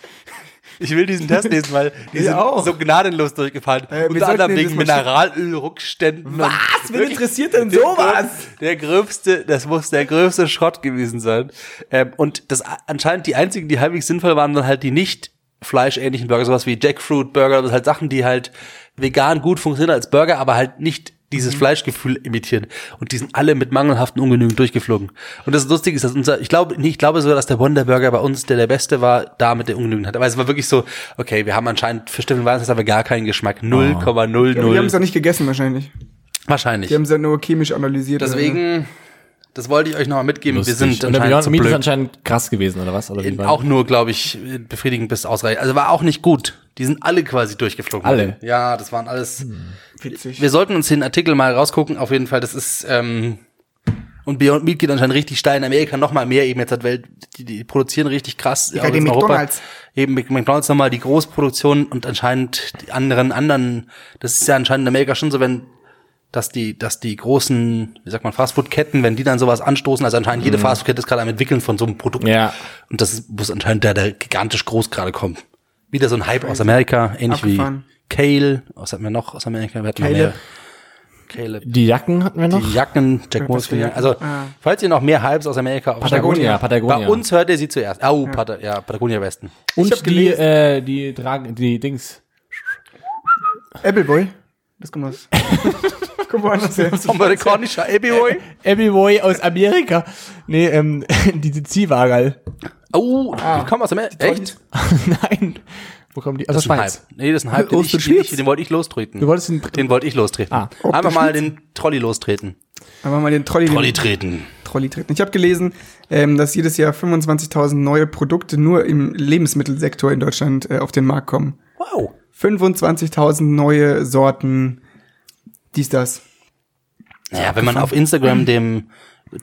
ich will diesen Test lesen, weil <laughs> die Ich sind auch. Äh, so gnadenlos durchgefallen. wir Unter anderem sollten den wegen das mal Mineralölrückständen. Was? Wen interessiert denn Der sowas? gröb- Der gröbste, das muss der gröbste Schrott gewesen sein. Ähm, und das a- anscheinend die einzigen, die halbwegs sinnvoll waren, waren halt die nicht fleischähnlichen Burger, sowas wie Jackfruit Burger, das sind halt Sachen, die halt vegan gut funktionieren als Burger, aber halt nicht Mhm. dieses Fleischgefühl imitieren. Und die sind alle mit mangelhaften Ungenügen durchgeflogen. Und das Lustige ist, dass unser, ich glaube, nee, ich glaube sogar, dass der Wonder Burger bei uns, der der beste war, da mit der Ungenügen hatte. Aber es war wirklich so, okay, wir haben anscheinend für Stiftung Warentest aber gar keinen Geschmack. 0,00. Oh. Die haben es doch nicht gegessen wahrscheinlich. Wahrscheinlich. Die haben es ja nur chemisch analysiert. Deswegen, das wollte ich euch nochmal mitgeben. Lustig. Wir sind und der anscheinend Beyond zu Meat ist blöd. anscheinend krass gewesen, oder was? Oder wie war- auch nur, glaube ich, äh, befriedigend bis ausreichend. Also war auch nicht gut. Die sind alle quasi durchgeflogen. Alle? Hm. Ja, das waren alles. Witzig. Wir sollten uns den Artikel mal rausgucken. Auf jeden Fall, das ist ähm, und Beyond Meat geht anscheinend richtig steil in Amerika noch mal mehr. Eben jetzt hat Welt, die, die produzieren richtig krass. Ja, die McDonald's. Eben mit McDonald's nochmal die Großproduktion und anscheinend die anderen anderen. Das ist ja anscheinend in Amerika schon so, wenn dass die, dass die großen, wie sagt man, Fastfood-Ketten, wenn die dann sowas anstoßen, also anscheinend jede Fastfood-Kette ist gerade am entwickeln von so einem Produkt. Ja. Und das ist- muss anscheinend der, der gigantisch groß gerade kommt. Wieder so ein Hype aus Amerika, ähnlich Abgefahren. wie Kale. Was hatten wir noch aus Amerika? Wir hatten Caleb. Noch mehr. Caleb. Die Jacken hatten wir noch? Die Jacken, Jack Wolfskin. Jacken. Also, falls ihr noch mehr Hypes aus Amerika auf Patagonia, Patagonia. Bei uns hört ihr sie zuerst. Au, Pata ja, Patagonia Westen. Uh, Ich hab Und die, gelesen- äh, die tragen, die Dings. Appleboy. Das <laughs> kommt aus. Guck mal anders her. <laughs> Amerikanischer Abbey Abby Boy aus Amerika. Nee, ähm, <laughs> die Ziehwagerl. <laughs> Au, die kommen aus Amerika. Echt? Nein. Wo kommen die? Aus der Das ist ein Hype. Schweiz. Nee, das ist ein Hype, den, Aus ich, der den, ich, Schweiz? den wollte ich lostreten. Du wolltest den- den wollte ich lostreten. Ah. Einfach mal den Trolley lostreten. Aber mal den Trolley. Trolley treten. Trolli treten. Ich habe gelesen, ähm, dass jedes Jahr 25.000 neue Produkte nur im Lebensmittelsektor in Deutschland äh, auf den Markt kommen. Wow. 25.000 neue Sorten, dies, das. Ja, wenn man auf Instagram dem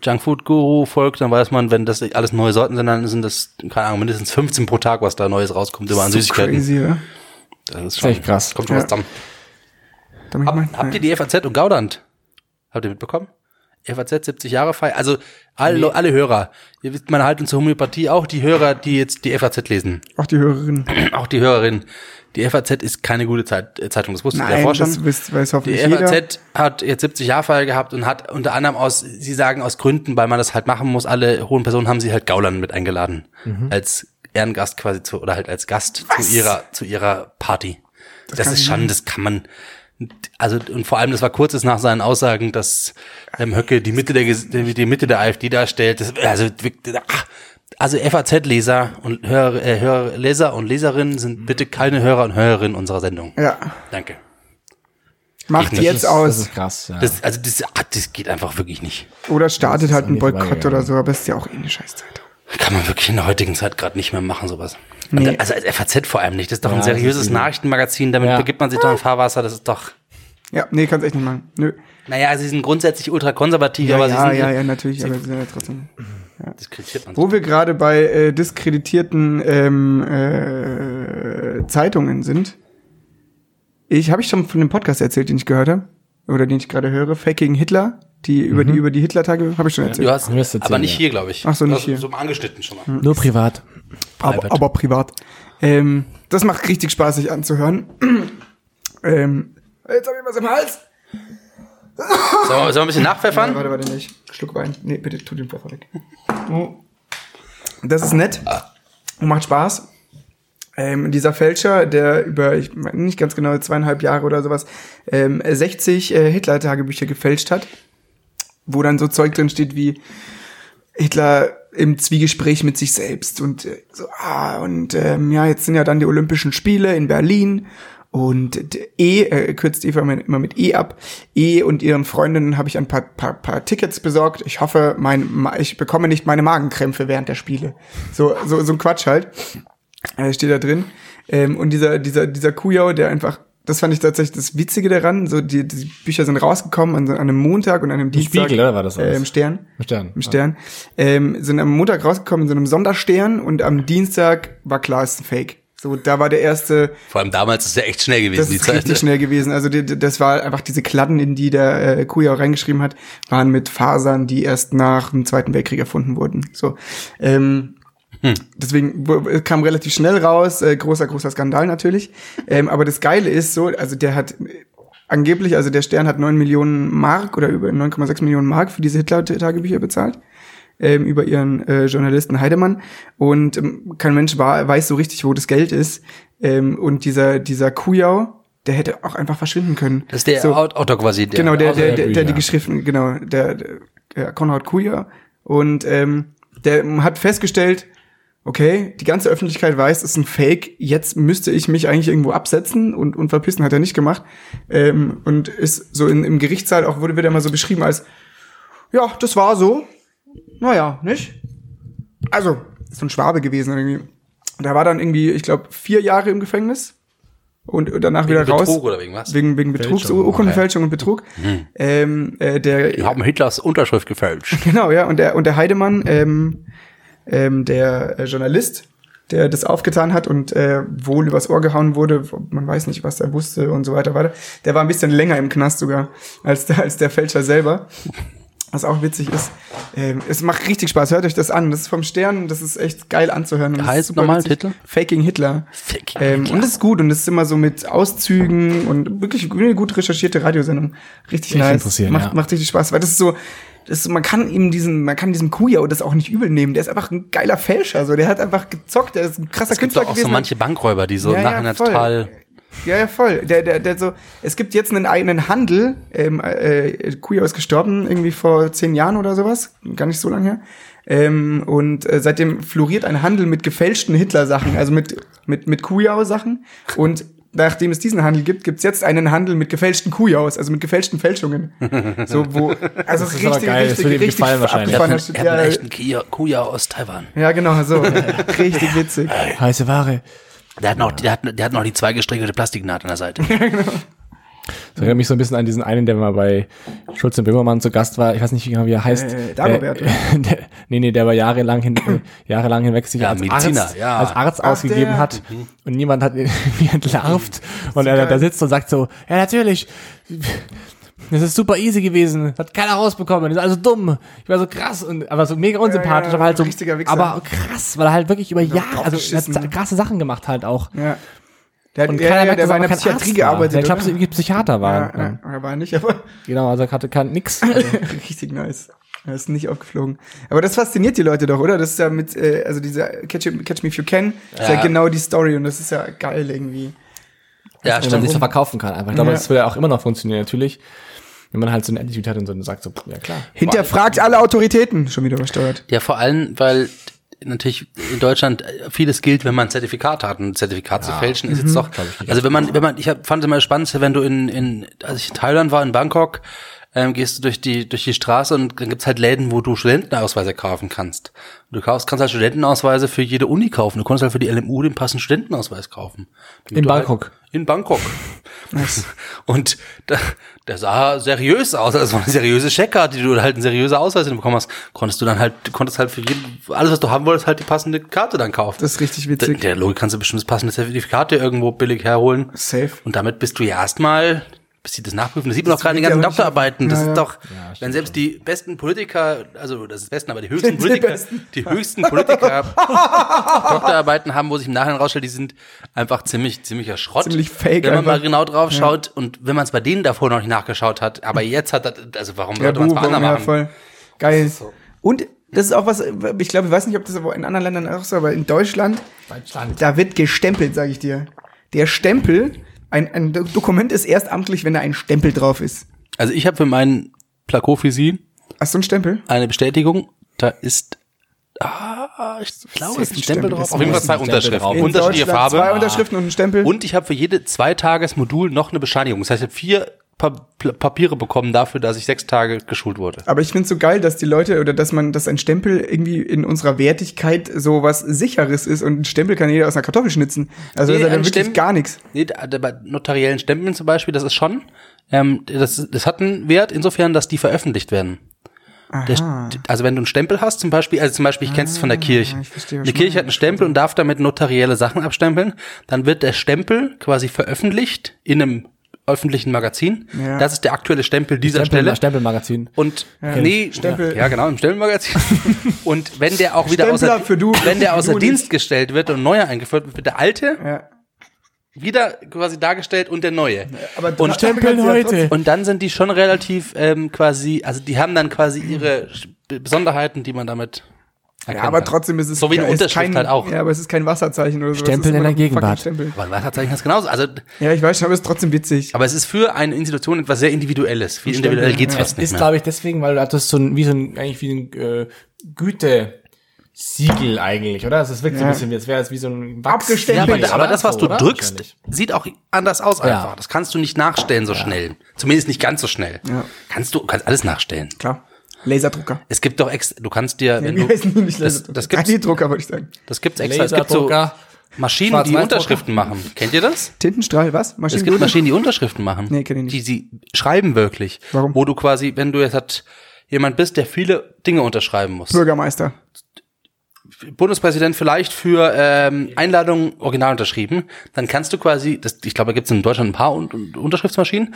Junkfood-Guru folgt, dann weiß man, wenn das alles neue Sorten sind, dann sind das, keine Ahnung, mindestens 15 pro Tag, was da Neues rauskommt über an Süßigkeiten. Crazy, oder? Das ist echt krass. Kommt schon Ja. was zusammen. Da bin ich Hab, mal- Habt ihr die FAZ und Gaudant? Habt ihr mitbekommen? FAZ 70 Jahre Feier. Also alle, Leu- alle Hörer. Ihr wisst meine Haltung zur Homöopathie, auch die Hörer, die jetzt die FAZ lesen. <clears throat> Auch die Hörerin. auch die Hörerinnen. Die FAZ ist keine gute Zeit, äh, Zeitung, das wusste der Nein, Forscher. das wisst, weiß Die hoffentlich jeder. FAZ hat jetzt 70 Jahre Fall gehabt und hat unter anderem aus, sie sagen aus Gründen, weil man das halt machen muss, alle hohen Personen haben sie halt Gauland mit eingeladen. Als Ehrengast quasi zu, oder halt als Gast zu ihrer, zu ihrer Party. Das, ist schon, das kann man, also, und vor allem, das war kurzes nach seinen Aussagen, dass ähm, Höcke die Mitte der, Ges- die die Mitte der AfD darstellt. Das, also, wirklich, ach. also FAZ-Leser und Hörer, äh, Hörer, Leser und Leserinnen sind bitte keine Hörer und Hörerinnen unserer Sendung. Ja, Danke. macht nicht. jetzt das, aus. das ist krass, ja. Das, also das, ah, das geht einfach wirklich nicht. Oder startet halt an einen mir Boykott vorbeigegangen. oder so, aber ist ja auch eh eine Scheißzeit. Kann man wirklich in der heutigen Zeit gerade nicht mehr machen, sowas. Nee. Und, also als FAZ vor allem nicht. Das ist doch ein Ja, das seriöses ist übel. Nachrichtenmagazin, damit Ja. begibt man sich Ah. doch in Fahrwasser, das ist doch. Ja, nee, kannst echt nicht machen. Nö. Naja, sie sind grundsätzlich ultrakonservativ, Ja, aber sie ja, sind. ja, ja, natürlich, aber sie sind ja trotzdem. Das kritisiert man so. Wo wir gerade bei äh, diskreditierten ähm, äh, Zeitungen sind. Ich habe ich schon von dem Podcast erzählt, den ich gehört habe oder den ich gerade höre, Faking Hitler, die über die über die Hitler-Tage habe ich schon erzählt. Du hast, Mir ist das aber egal. nicht hier, glaube ich. Ach so, Du nicht hast hier. Hm. So mal angeschnitten schon mal. Nur privat. aber, Private. aber privat. Ähm, das macht richtig Spaß, sich anzuhören. <clears throat> ähm, jetzt habe ich was im Hals. Sollen wir, sollen wir ein bisschen nachpfeffern? Nein, warte, warte nicht. Schluck Wein. Nee, bitte tu den Pfeffer weg. Das ist nett und macht Spaß. Ähm, dieser Fälscher, der über, ich meine nicht ganz genau, zweieinhalb Jahre oder sowas, ähm, 60 äh, Hitler-Tagebücher gefälscht hat, wo dann so Zeug drin steht wie Hitler im Zwiegespräch mit sich selbst und äh, so, ah, und ähm, ja, jetzt sind ja dann die Olympischen Spiele in Berlin und d- E, äh, kürzt Eva immer- immer mit E ab, E und ihren Freundinnen habe ich ein paar, paar, paar Tickets besorgt. Ich hoffe, mein, ma- ich bekomme nicht meine Magenkrämpfe während der Spiele. So, so, so ein Quatsch halt. Äh, steht da drin. Ähm, und dieser, dieser, dieser Kujau, der einfach, das fand ich tatsächlich das Witzige daran, so die, die Bücher sind rausgekommen an, so einem Montag und einem Dienstag. Spiegel, oder war das alles? Äh, Im Stern Im Stern. im Stern, ähm, sind am Montag rausgekommen in so einem Sonderstern und am Dienstag war klar, es ist ein Fake. So, da war der erste, Vor allem damals ist es ja echt schnell gewesen, das die ist Zeit. richtig schnell gewesen. Also die, die- das war einfach diese Kladden, in die der äh, Kujau reingeschrieben hat, waren mit Fasern, die erst nach dem Zweiten Weltkrieg erfunden wurden. So, ähm, Hm. deswegen wo- es kam relativ schnell raus, äh, großer großer Skandal natürlich. Ähm, aber das Geile ist so, also der hat äh, angeblich, also der Stern hat 9 Millionen Mark oder über 9,6 Millionen Mark für diese Hitler-Tagebücher bezahlt ähm, über ihren äh, Journalisten Heidemann und ähm, kein Mensch war, weiß so richtig, wo das Geld ist. Ähm, und dieser dieser Kujau, der hätte auch einfach verschwinden können. Das ist der so, Aut- Autor quasi. Der, genau der der der, der, der die Bühne. Geschriften genau der, der äh, Konrad Kujau und ähm, der ähm, hat festgestellt Okay, die ganze Öffentlichkeit weiß, es ist ein Fake. Jetzt müsste ich mich eigentlich irgendwo absetzen und, und verpissen hat er nicht gemacht. Ähm, und ist so in, im Gerichtssaal auch wurde wieder mal so beschrieben als ja, das war so. Naja, nicht? Also, ist so ein Schwabe gewesen irgendwie. Da war dann irgendwie, ich glaube, vier Jahre im Gefängnis und danach wieder Betrug raus. oder wegen was? Wegen, wegen Betrugs, Fälschung, Urkundenfälschung und Betrug. Ähm, äh, der, Wir haben Hitlers Unterschrift gefälscht. <laughs> Genau, ja. Und der, und der Heidemann, ähm, ähm, der äh, Journalist, der das aufgetan hat und äh, wohl übers Ohr gehauen wurde, man weiß nicht, was er wusste und so weiter, weiter, der war ein bisschen länger im Knast sogar als der, als der Fälscher selber. Was auch witzig ist. Ähm, es macht richtig Spaß, hört euch das an. Das ist vom Stern, das ist echt geil anzuhören. und das Heißt ist super nochmal witzig. Titel? Faking Hitler. Faking ähm, Hitler. Und das ist gut und das ist immer so mit Auszügen und wirklich eine gut recherchierte Radiosendung. Richtig Echt nice. interessieren, macht, ja. macht richtig Spaß, weil das ist so, das, ist- man kann ihm diesen, man kann diesem Kujau das auch nicht übel nehmen. Der ist einfach ein geiler Fälscher, so. Der hat einfach gezockt, der ist ein krasser Es gibt Künstler doch auch so gewesen. manche Bankräuber, die so Ja, ja, nachher voll. total Ja, ja, voll. Der, der, der so, es gibt jetzt einen eigenen Handel. Ähm, äh, Kujau ist gestorben, irgendwie vor zehn Jahren oder sowas. Gar nicht so lange her. Ähm, und äh, seitdem floriert ein Handel mit gefälschten Hitler-Sachen, also mit, mit, mit Kujau-Sachen. Und nachdem es diesen Handel gibt, gibt's jetzt einen Handel mit gefälschten Kuhjaus, also mit gefälschten Fälschungen. So, wo, also ist richtig, aber geil, das richtig, würde ihm richtig gefallen wahrscheinlich. Er hat abgefahrener einen, Shit. er hat Ja, einen echten Kia- Kuya aus Taiwan. ja, genau, so. richtig witzig. Heiße Ware. Der hat noch, der hat, der hat noch die zweigestregelte Plastiknaht an der Seite. Das erinnert mich so ein bisschen an diesen einen, der mal bei Schulz und Böhmermann zu Gast war. Ich weiß nicht genau, wie er heißt. Äh, Dagobert, Der, <laughs> der, nee, nee, der war jahrelang, <clears throat> hin, jahrelang hinweg sich Ja, als, Mediziner, Arzt, ja. Mhm. als Arzt ausgegeben der. Mhm. hat. Und niemand hat ihn <laughs> irgendwie entlarvt. Und er da sitzt und sagt so, ja, natürlich. Das ist super easy gewesen. Hat keiner rausbekommen. Ist also dumm. Ich war so krass und aber so mega unsympathisch, Ja, ja, aber halt so richtiger Wichser. aber krass, weil er halt wirklich über Jahre, also er draufgeschissen. hat krasse Sachen gemacht halt auch. Ja. Der, Und hat, ja, keiner ja, merkt, der dass er war in der kein Arzt Psychiatrie war. gearbeitet. Der, ich glaube, oder? irgendwie Psychiater war. ja, ja, er <laughs> war nicht, aber <laughs> Genau, also er hatte kein nix. richtig nice. Er ist nicht aufgeflogen. Aber das fasziniert die Leute doch, oder? Das ist ja mit, äh, also dieser Catch, Catch Me If You Can, ist ja Ja. genau die Story und das ist ja geil irgendwie. ja, Wenn man sich so stimmt. verkaufen kann einfach. Ich glaube, Ja. das würde auch immer noch funktionieren, natürlich. Wenn man halt so eine Attitude hat und so und sagt so, ja klar. Hinterfragt alle Autoritäten. Schon wieder übersteuert. Ja, vor allem, weil natürlich in Deutschland vieles gilt, wenn man ein Zertifikat hat. Ein Zertifikat zu fälschen ist jetzt doch. Also wenn man, wenn man, ich hab, fand es immer spannend, wenn du in, in, als ich in Thailand war, in Bangkok, ähm, gehst du durch die, durch die Straße und dann gibt's halt Läden, wo du Studentenausweise kaufen kannst. Du kaufst, kannst halt Studentenausweise für jede Uni kaufen. Du konntest halt für die LMU den passenden Studentenausweis kaufen. Damit In du Bangkok? Halt, in Bangkok. <laughs> Und da, der sah seriös aus, also eine seriöse Checkkarte, die du halt einen seriösen Ausweis bekommen hast, konntest du dann halt, du konntest halt für jeden, alles, was du haben wolltest, halt die passende Karte dann kaufen. Das ist richtig Der- witzig. der Logik kannst du bestimmt das passende Zertifikat dir irgendwo billig herholen. Safe. Und damit bist du ja erstmal, bis sie das nachprüfen, das sieht man Das auch gerade in liegt den ganzen ja nicht- Doktorarbeiten. Das Ja, ja. ist doch, wenn selbst die besten Politiker, also das ist besten, aber die höchsten <laughs> Die Politiker, besten. die höchsten <laughs> Politiker Doktorarbeiten haben, wo sich im Nachhinein rausstellt, die sind einfach ziemlich, ziemlicher Schrott. Ziemlich fake Wenn man mal einfach. genau drauf schaut und wenn man es bei denen davor noch nicht nachgeschaut hat, aber jetzt hat das, also warum Ja, sollte man du, es bei anderen ja, machen? voll. Geil. Und das ist auch was, ich glaube, ich weiß nicht, ob das aber in anderen Ländern auch so, aber in Deutschland, Deutschland. da wird gestempelt, sage ich dir. Der Stempel, ein, ein Do- Dokument ist erst amtlich, wenn da ein Stempel drauf ist. Also ich habe für meinen Plakophysien Hast du einen Stempel? eine Bestätigung. Da ist, ah, ich glaube, es ist ein Stempel Stempel, drauf. ist Auf jeden Fall ein zwei Stempel Unterschriften. drauf. In Unterschiedliche Deutschland Farbe. Zwei Unterschriften und ein Stempel. Und ich habe für jede Zweitagesmodul noch eine Bescheinigung. Das heißt, ich habe vier pa Pl- Papiere bekommen dafür, dass ich sechs Tage geschult wurde. Aber ich find's so geil, dass die Leute oder dass man, dass ein Stempel irgendwie in unserer Wertigkeit so was Sicheres ist und ein Stempel kann jeder aus einer Kartoffel schnitzen. Also Nee, das ist ja dann ein wirklich Stemp- gar nichts. Nee, da, da, bei notariellen Stempeln zum Beispiel, das ist schon, ähm, das, das hat einen Wert insofern, dass die veröffentlicht werden. Der, St- also wenn du einen Stempel hast, zum Beispiel, also zum Beispiel, ich kenn's es von der Kirche. Ah, ich verstehe, was Eine du Kirche hat einen Stempel und darf damit notarielle Sachen abstempeln. Dann wird der Stempel quasi veröffentlicht in einem öffentlichen Magazin. Ja. Das ist der aktuelle Stempel dieser Stempel, Stelle. Stempelmagazin. Und nee, Stempel. ja genau, im <laughs> Stempelmagazin. und wenn der auch wieder Stempel außer, für du, wenn der <laughs> für außer du Dienst gestellt wird und neuer eingeführt wird, wird der alte Ja. wieder quasi dargestellt und der neue. Aber Und Stempeln heute. Und dann sind die schon relativ ähm, quasi, also die haben dann quasi ihre Sch- Besonderheiten, die man damit erkennt. Ja, aber trotzdem ist es So wie eine es ist Unterschrift kein, halt auch. Ja, aber es ist kein Wasserzeichen oder so. Stempel in der Gegenwart. Stempel. Aber was hat eigentlich ganz genauso? Also, Ja, ich weiß schon, aber es ist trotzdem witzig. aber es ist für eine Institution etwas sehr Individuelles. Viel individuell geht's fast nicht Ist, mehr. glaube ich, deswegen, weil du hattest so ein, wie so ein, eigentlich wie ein äh, Gütesiegel eigentlich, oder? Das wirkt so ein Ja. bisschen, wie- es wäre jetzt wie so ein Ja, Abgestempelt. Wachssiegel, aber, aber oder? das, was So, du oder? drückst, Wahrscheinlich. sieht auch anders aus einfach. Das kannst du nicht nachstellen so schnell. Zumindest nicht ganz so schnell. Ja. Kannst du kannst alles nachstellen. Klar. Laserdrucker. Es gibt doch extra, du kannst dir, wenn Wie heißen die du, nicht das, Laserdrucker? das gibt's, Drucker, würde ich sagen. das gibt's extra. Es gibt so Laserdrucker, Maschinen, die Schwarz-Weiß-Drucker. Unterschriften machen. Kennt ihr das? Tintenstrahl, was? Es gibt Maschinenblut? Maschinen, die Unterschriften machen. Nee, kenn ich nicht. Die sie schreiben wirklich. Warum? Wo du quasi, wenn du jetzt hat, jemand bist, der viele Dinge unterschreiben muss. Bürgermeister. Bundespräsident vielleicht für ähm, Einladungen original unterschrieben, dann kannst du quasi, das, ich glaube, da gibt es in Deutschland ein paar Un Un- Unterschriftsmaschinen,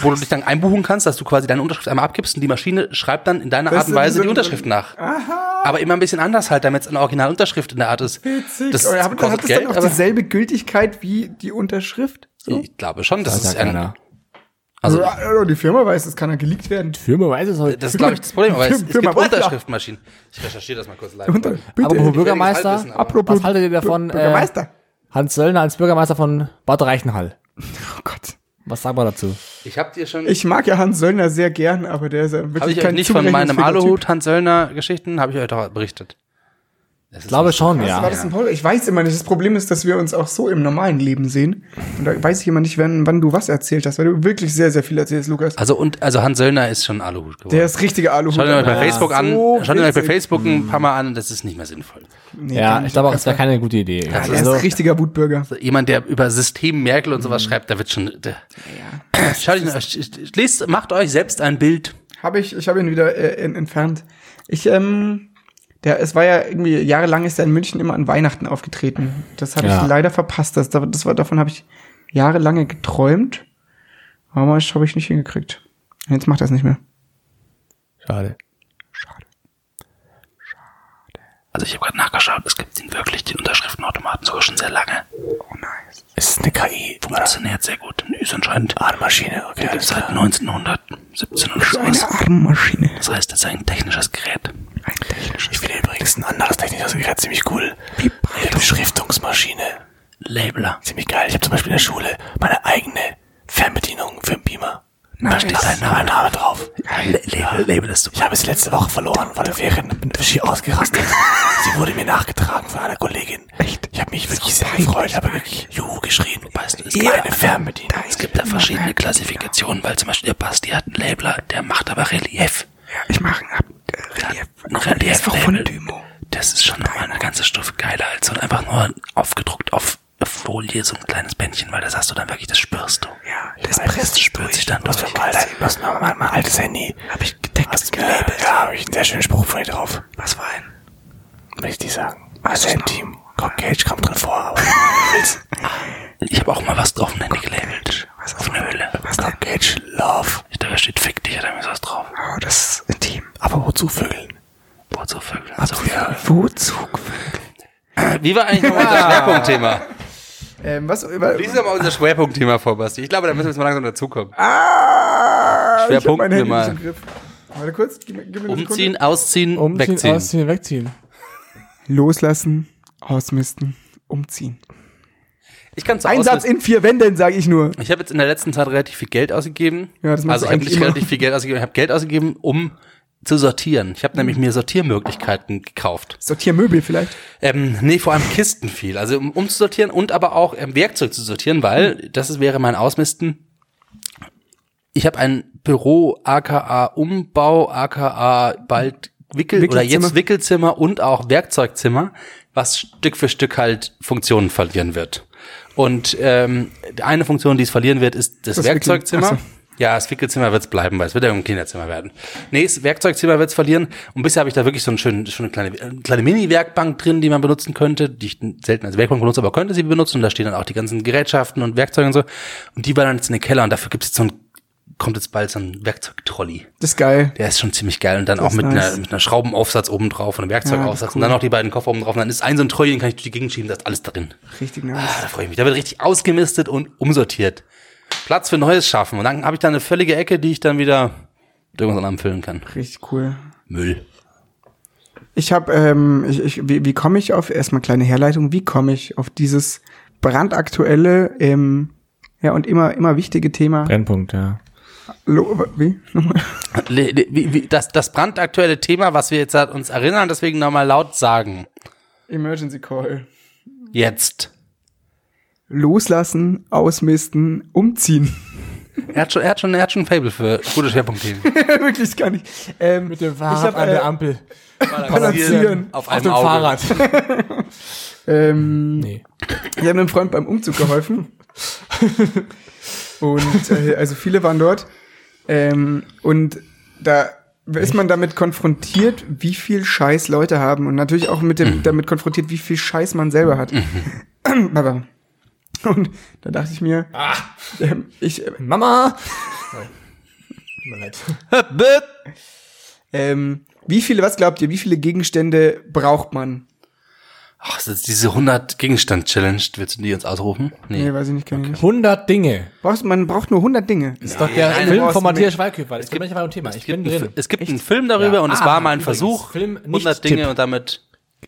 wo du dich dann einbuchen kannst, dass du quasi deine Unterschrift einmal abgibst und die Maschine schreibt dann in deiner Das Art und ist so Weise die ein- Unterschrift nach. Aber immer ein bisschen anders halt, damit es eine Originalunterschrift in der Art ist. Das Oder hat, hat kostet das Geld, dann auch aber dieselbe Gültigkeit wie die Unterschrift? So? ich glaube schon, das Das ist ist ja ein, keiner. also Also, die Firma weiß, das kann ja geleakt werden. Firma weiß es halt. heute. das ist glaube ich das <laughs> Problem, aber es, es Firma gibt Wendler. Unterschriftmaschinen. Ich recherchiere das mal kurz live. Unter, bitte. Apropos Ich will Bürgermeister, nichts halbwissen, Apropos was haltet ihr davon, äh, Bür- Bürgermeister. Hans Söllner als Bürgermeister von Bad <laughs> Reichenhall. oh Gott. Was sagen wir dazu? Ich habe dir schon Ich mag ja Hans Söllner sehr gern, aber der ist ja Habe wirklich ich euch kein nicht von meinem zurechnungsfähiger Typ. Aluhut Ah, Hans Söllner Geschichten, habe ich euch doch berichtet. Das Ich glaube schon, War ja. das ein Pol ich weiß immer nicht. Das Problem ist, dass wir uns auch so im normalen Leben sehen. Und da weiß ich immer nicht, wann, wann du was erzählt hast, weil du wirklich sehr, sehr viel erzählst, Lukas. Also und also Hans Söllner ist schon Aluhut geworden. Der ist richtige Aluhut. Schaut ihn euch bei Facebook an, So schaut ihn euch bei witzig. Facebook Hm. ein paar Mal an, das ist nicht mehr sinnvoll. Nee, Ja, kann ich glaube auch, das wäre keine gute Idee. Er ist Also, ein richtiger Wutbürger. Also jemand, der über System Merkel und Hm. sowas schreibt, da wird schon. Der, <clears throat> Schaut ihn euch, lest, macht euch selbst ein Bild. Habe ich, ich habe ihn wieder äh, en- entfernt. Ich, ähm, der, es war ja irgendwie, jahrelang ist er in München immer an Weihnachten aufgetreten. Das habe Ja. ich leider verpasst. Das, das war, davon habe ich jahrelange geträumt. Aber ich habe ich nicht hingekriegt. Jetzt macht er es nicht mehr. schade. Also ich habe gerade nachgeschaut, es gibt ihn wirklich den Unterschriftenautomaten sogar schon sehr lange. Oh, Ist eine KI. Funktioniert sehr gut. Nö, ist anscheinend Ah, Ahnmaschine. Okay, gibt seit 1917 oder sowas. Armmaschine. Das heißt, es ist ein technisches Gerät. Ein technisches. Ich finde übrigens ein anderes technisches Gerät ziemlich cool. Eine Beschriftungsmaschine. Labeler. Ziemlich geil. Ich habe zum Beispiel in der Schule meine eigene Fernbedienung für den Beamer. Da Nice. steht dein Name, Name drauf. Label, Label ist Ich habe sie letzte Woche verloren vor den Ferien und bin schier ausgerastet. sie wurde mir nachgetragen von einer Kollegin. Echt? Ich habe mich wirklich sehr gefreut, habe wirklich Juhu geschrien. Weißt du, es gibt eine Fernbedienung. Es gibt da verschiedene Klassifikationen, weil zum Beispiel der Basti hat einen Labeler, der macht aber Relief. Ich mache Relief. Ein Relief Label. Das ist schon nochmal eine ganze Stufe geiler als so einfach nur aufgedruckt auf Folie so ein kleines Bändchen, weil das hast du dann wirklich, das spürst du. Ja, das presst spürt sich dann durch. Das ist mein, mein, mein altes Handy. Habe ich gedeckt, gelabelt. Ja, habe ich einen sehr schönen Spruch von dir drauf. Was war ein? Will ich dir sagen. Also im Team. Cock Cage kommt drin vor, aber Ich habe auch mal was drauf im Handy gelabelt. Was auf eine Hülle. Cock Cage Love. Ich dachte, da steht Fick dich oder irgendwie sowas drauf. Oh, das ist intim. Aber wozu Vögeln? Boah, so Vögel. Also, ja. Wozu? Wie war eigentlich nochmal unser Schwerpunktthema? Ähm, was? Über, Lies doch mal unser Schwerpunktthema vor, Basti. Ich glaube, da müssen wir jetzt mal langsam dazukommen. ah, ich hab Schwerpunkt mein Handy mal. nicht im Griff. Warte kurz, gib, mir- gib mir eine Sekunde. Umziehen, Um ausziehen, wegziehen. ausziehen, wegziehen. Loslassen, ausmisten, umziehen. Ich kann es Ein Satz in vier Wänden, sage ich nur. Ich habe jetzt in der letzten Zeit relativ viel Geld ausgegeben. Ja, das also ich machst du habe eigentlich nicht immer. relativ viel Geld ausgegeben, ich habe Geld ausgegeben, um zu sortieren. Ich habe nämlich mir Sortiermöglichkeiten gekauft. Sortier Möbel vielleicht. Ähm, nee, vor allem Kisten viel. Also um, um zu sortieren und aber auch ähm, Werkzeug zu sortieren, weil das ist- wäre mein Ausmisten. Ich habe ein Büro, aka Umbau, aka bald Wickel oder Wickelzimmer. jetzt Wickelzimmer und auch Werkzeugzimmer, was Stück für Stück halt Funktionen verlieren wird. Und ähm, eine Funktion, die es verlieren wird, ist das, Das Wickel- Werkzeugzimmer. Ach so. Ja, das Wickelzimmer wird's bleiben, weil es wird ja ein Kinderzimmer werden. Nee, das Werkzeugzimmer wird's verlieren. Und bisher habe ich da wirklich so einen schönen, schon eine kleine, eine kleine Mini-Werkbank drin, die man benutzen könnte, die ich selten als Werkbank benutze, aber könnte sie benutzen. Und da stehen dann auch die ganzen Gerätschaften und Werkzeuge und so. Und die waren dann jetzt in den Keller und dafür gibt's jetzt so ein, kommt jetzt bald so ein Werkzeugtrolley. Das ist geil. Der ist schon ziemlich geil. Und dann auch ist mit, nice. einer, mit einer Schraubenaufsatz oben drauf und einem Ja, das Werkzeugaufsatz. ist Und dann noch die beiden Koffer oben drauf. Und dann ist ein so ein Trolley, den kann ich durch die Gegend schieben, da ist alles drin. Richtig nice. Ah, da freue ich mich. Da wird richtig ausgemistet und umsortiert. Platz für Neues schaffen. Und dann habe ich da eine völlige Ecke, die ich dann wieder mit irgendwas anderem füllen kann. Richtig cool. Müll. Ich habe, ähm, ich, ich, wie, wie komme ich auf, erstmal kleine Herleitung, wie komme ich auf dieses brandaktuelle, ähm, ja, und immer, immer wichtige Thema. Brennpunkt, ja. Lo wie? Nochmal. Le- le- wie- wie- Das, das brandaktuelle Thema, was wir jetzt an uns erinnern, deswegen nochmal laut sagen. Emergency Call. Jetzt. Loslassen, ausmisten, umziehen. <laughs> Er hat schon, er hat schon, er hat schon ein Fable für gute Schwerpunktthemen. Wirklich gar nicht. Ähm, Mit dem Fahrrad Fahrrad hab, an an der äh, der Ampel. Balancieren. Auf Auf einem dem Auge. Fahrrad. ähm, <laughs> Nee. Ich habe einem Freund beim Umzug geholfen. <laughs> und äh, also viele waren dort. Ähm, und da ist man damit konfrontiert, wie viel Scheiß Leute haben und natürlich auch mit Mhm. dem, damit konfrontiert, wie viel Scheiß man selber hat. <clears throat> Aber und da dachte ich mir, Ah. ähm, ich äh, Mama! Tut mir leid. ähm, wie viele, was glaubt ihr, wie viele Gegenstände braucht man? Ach, das ist diese 100 Gegenstand Challenge, willst du die uns ausrufen? Nee. Nee, weiß ich nicht, kann ich nicht. 100 Dinge. Brauchst, man braucht nur 100 Dinge. Ist doch der nein, Film du von brauchst Matthias mit- Schweighöfer. Ich bin beim um Thema. Ich Es gibt, bin einen, drin. Fi- es gibt einen Film darüber Ja. und es Ah, war mal ein übrigens, Versuch. Film nicht 100 Dinge Tipp. und damit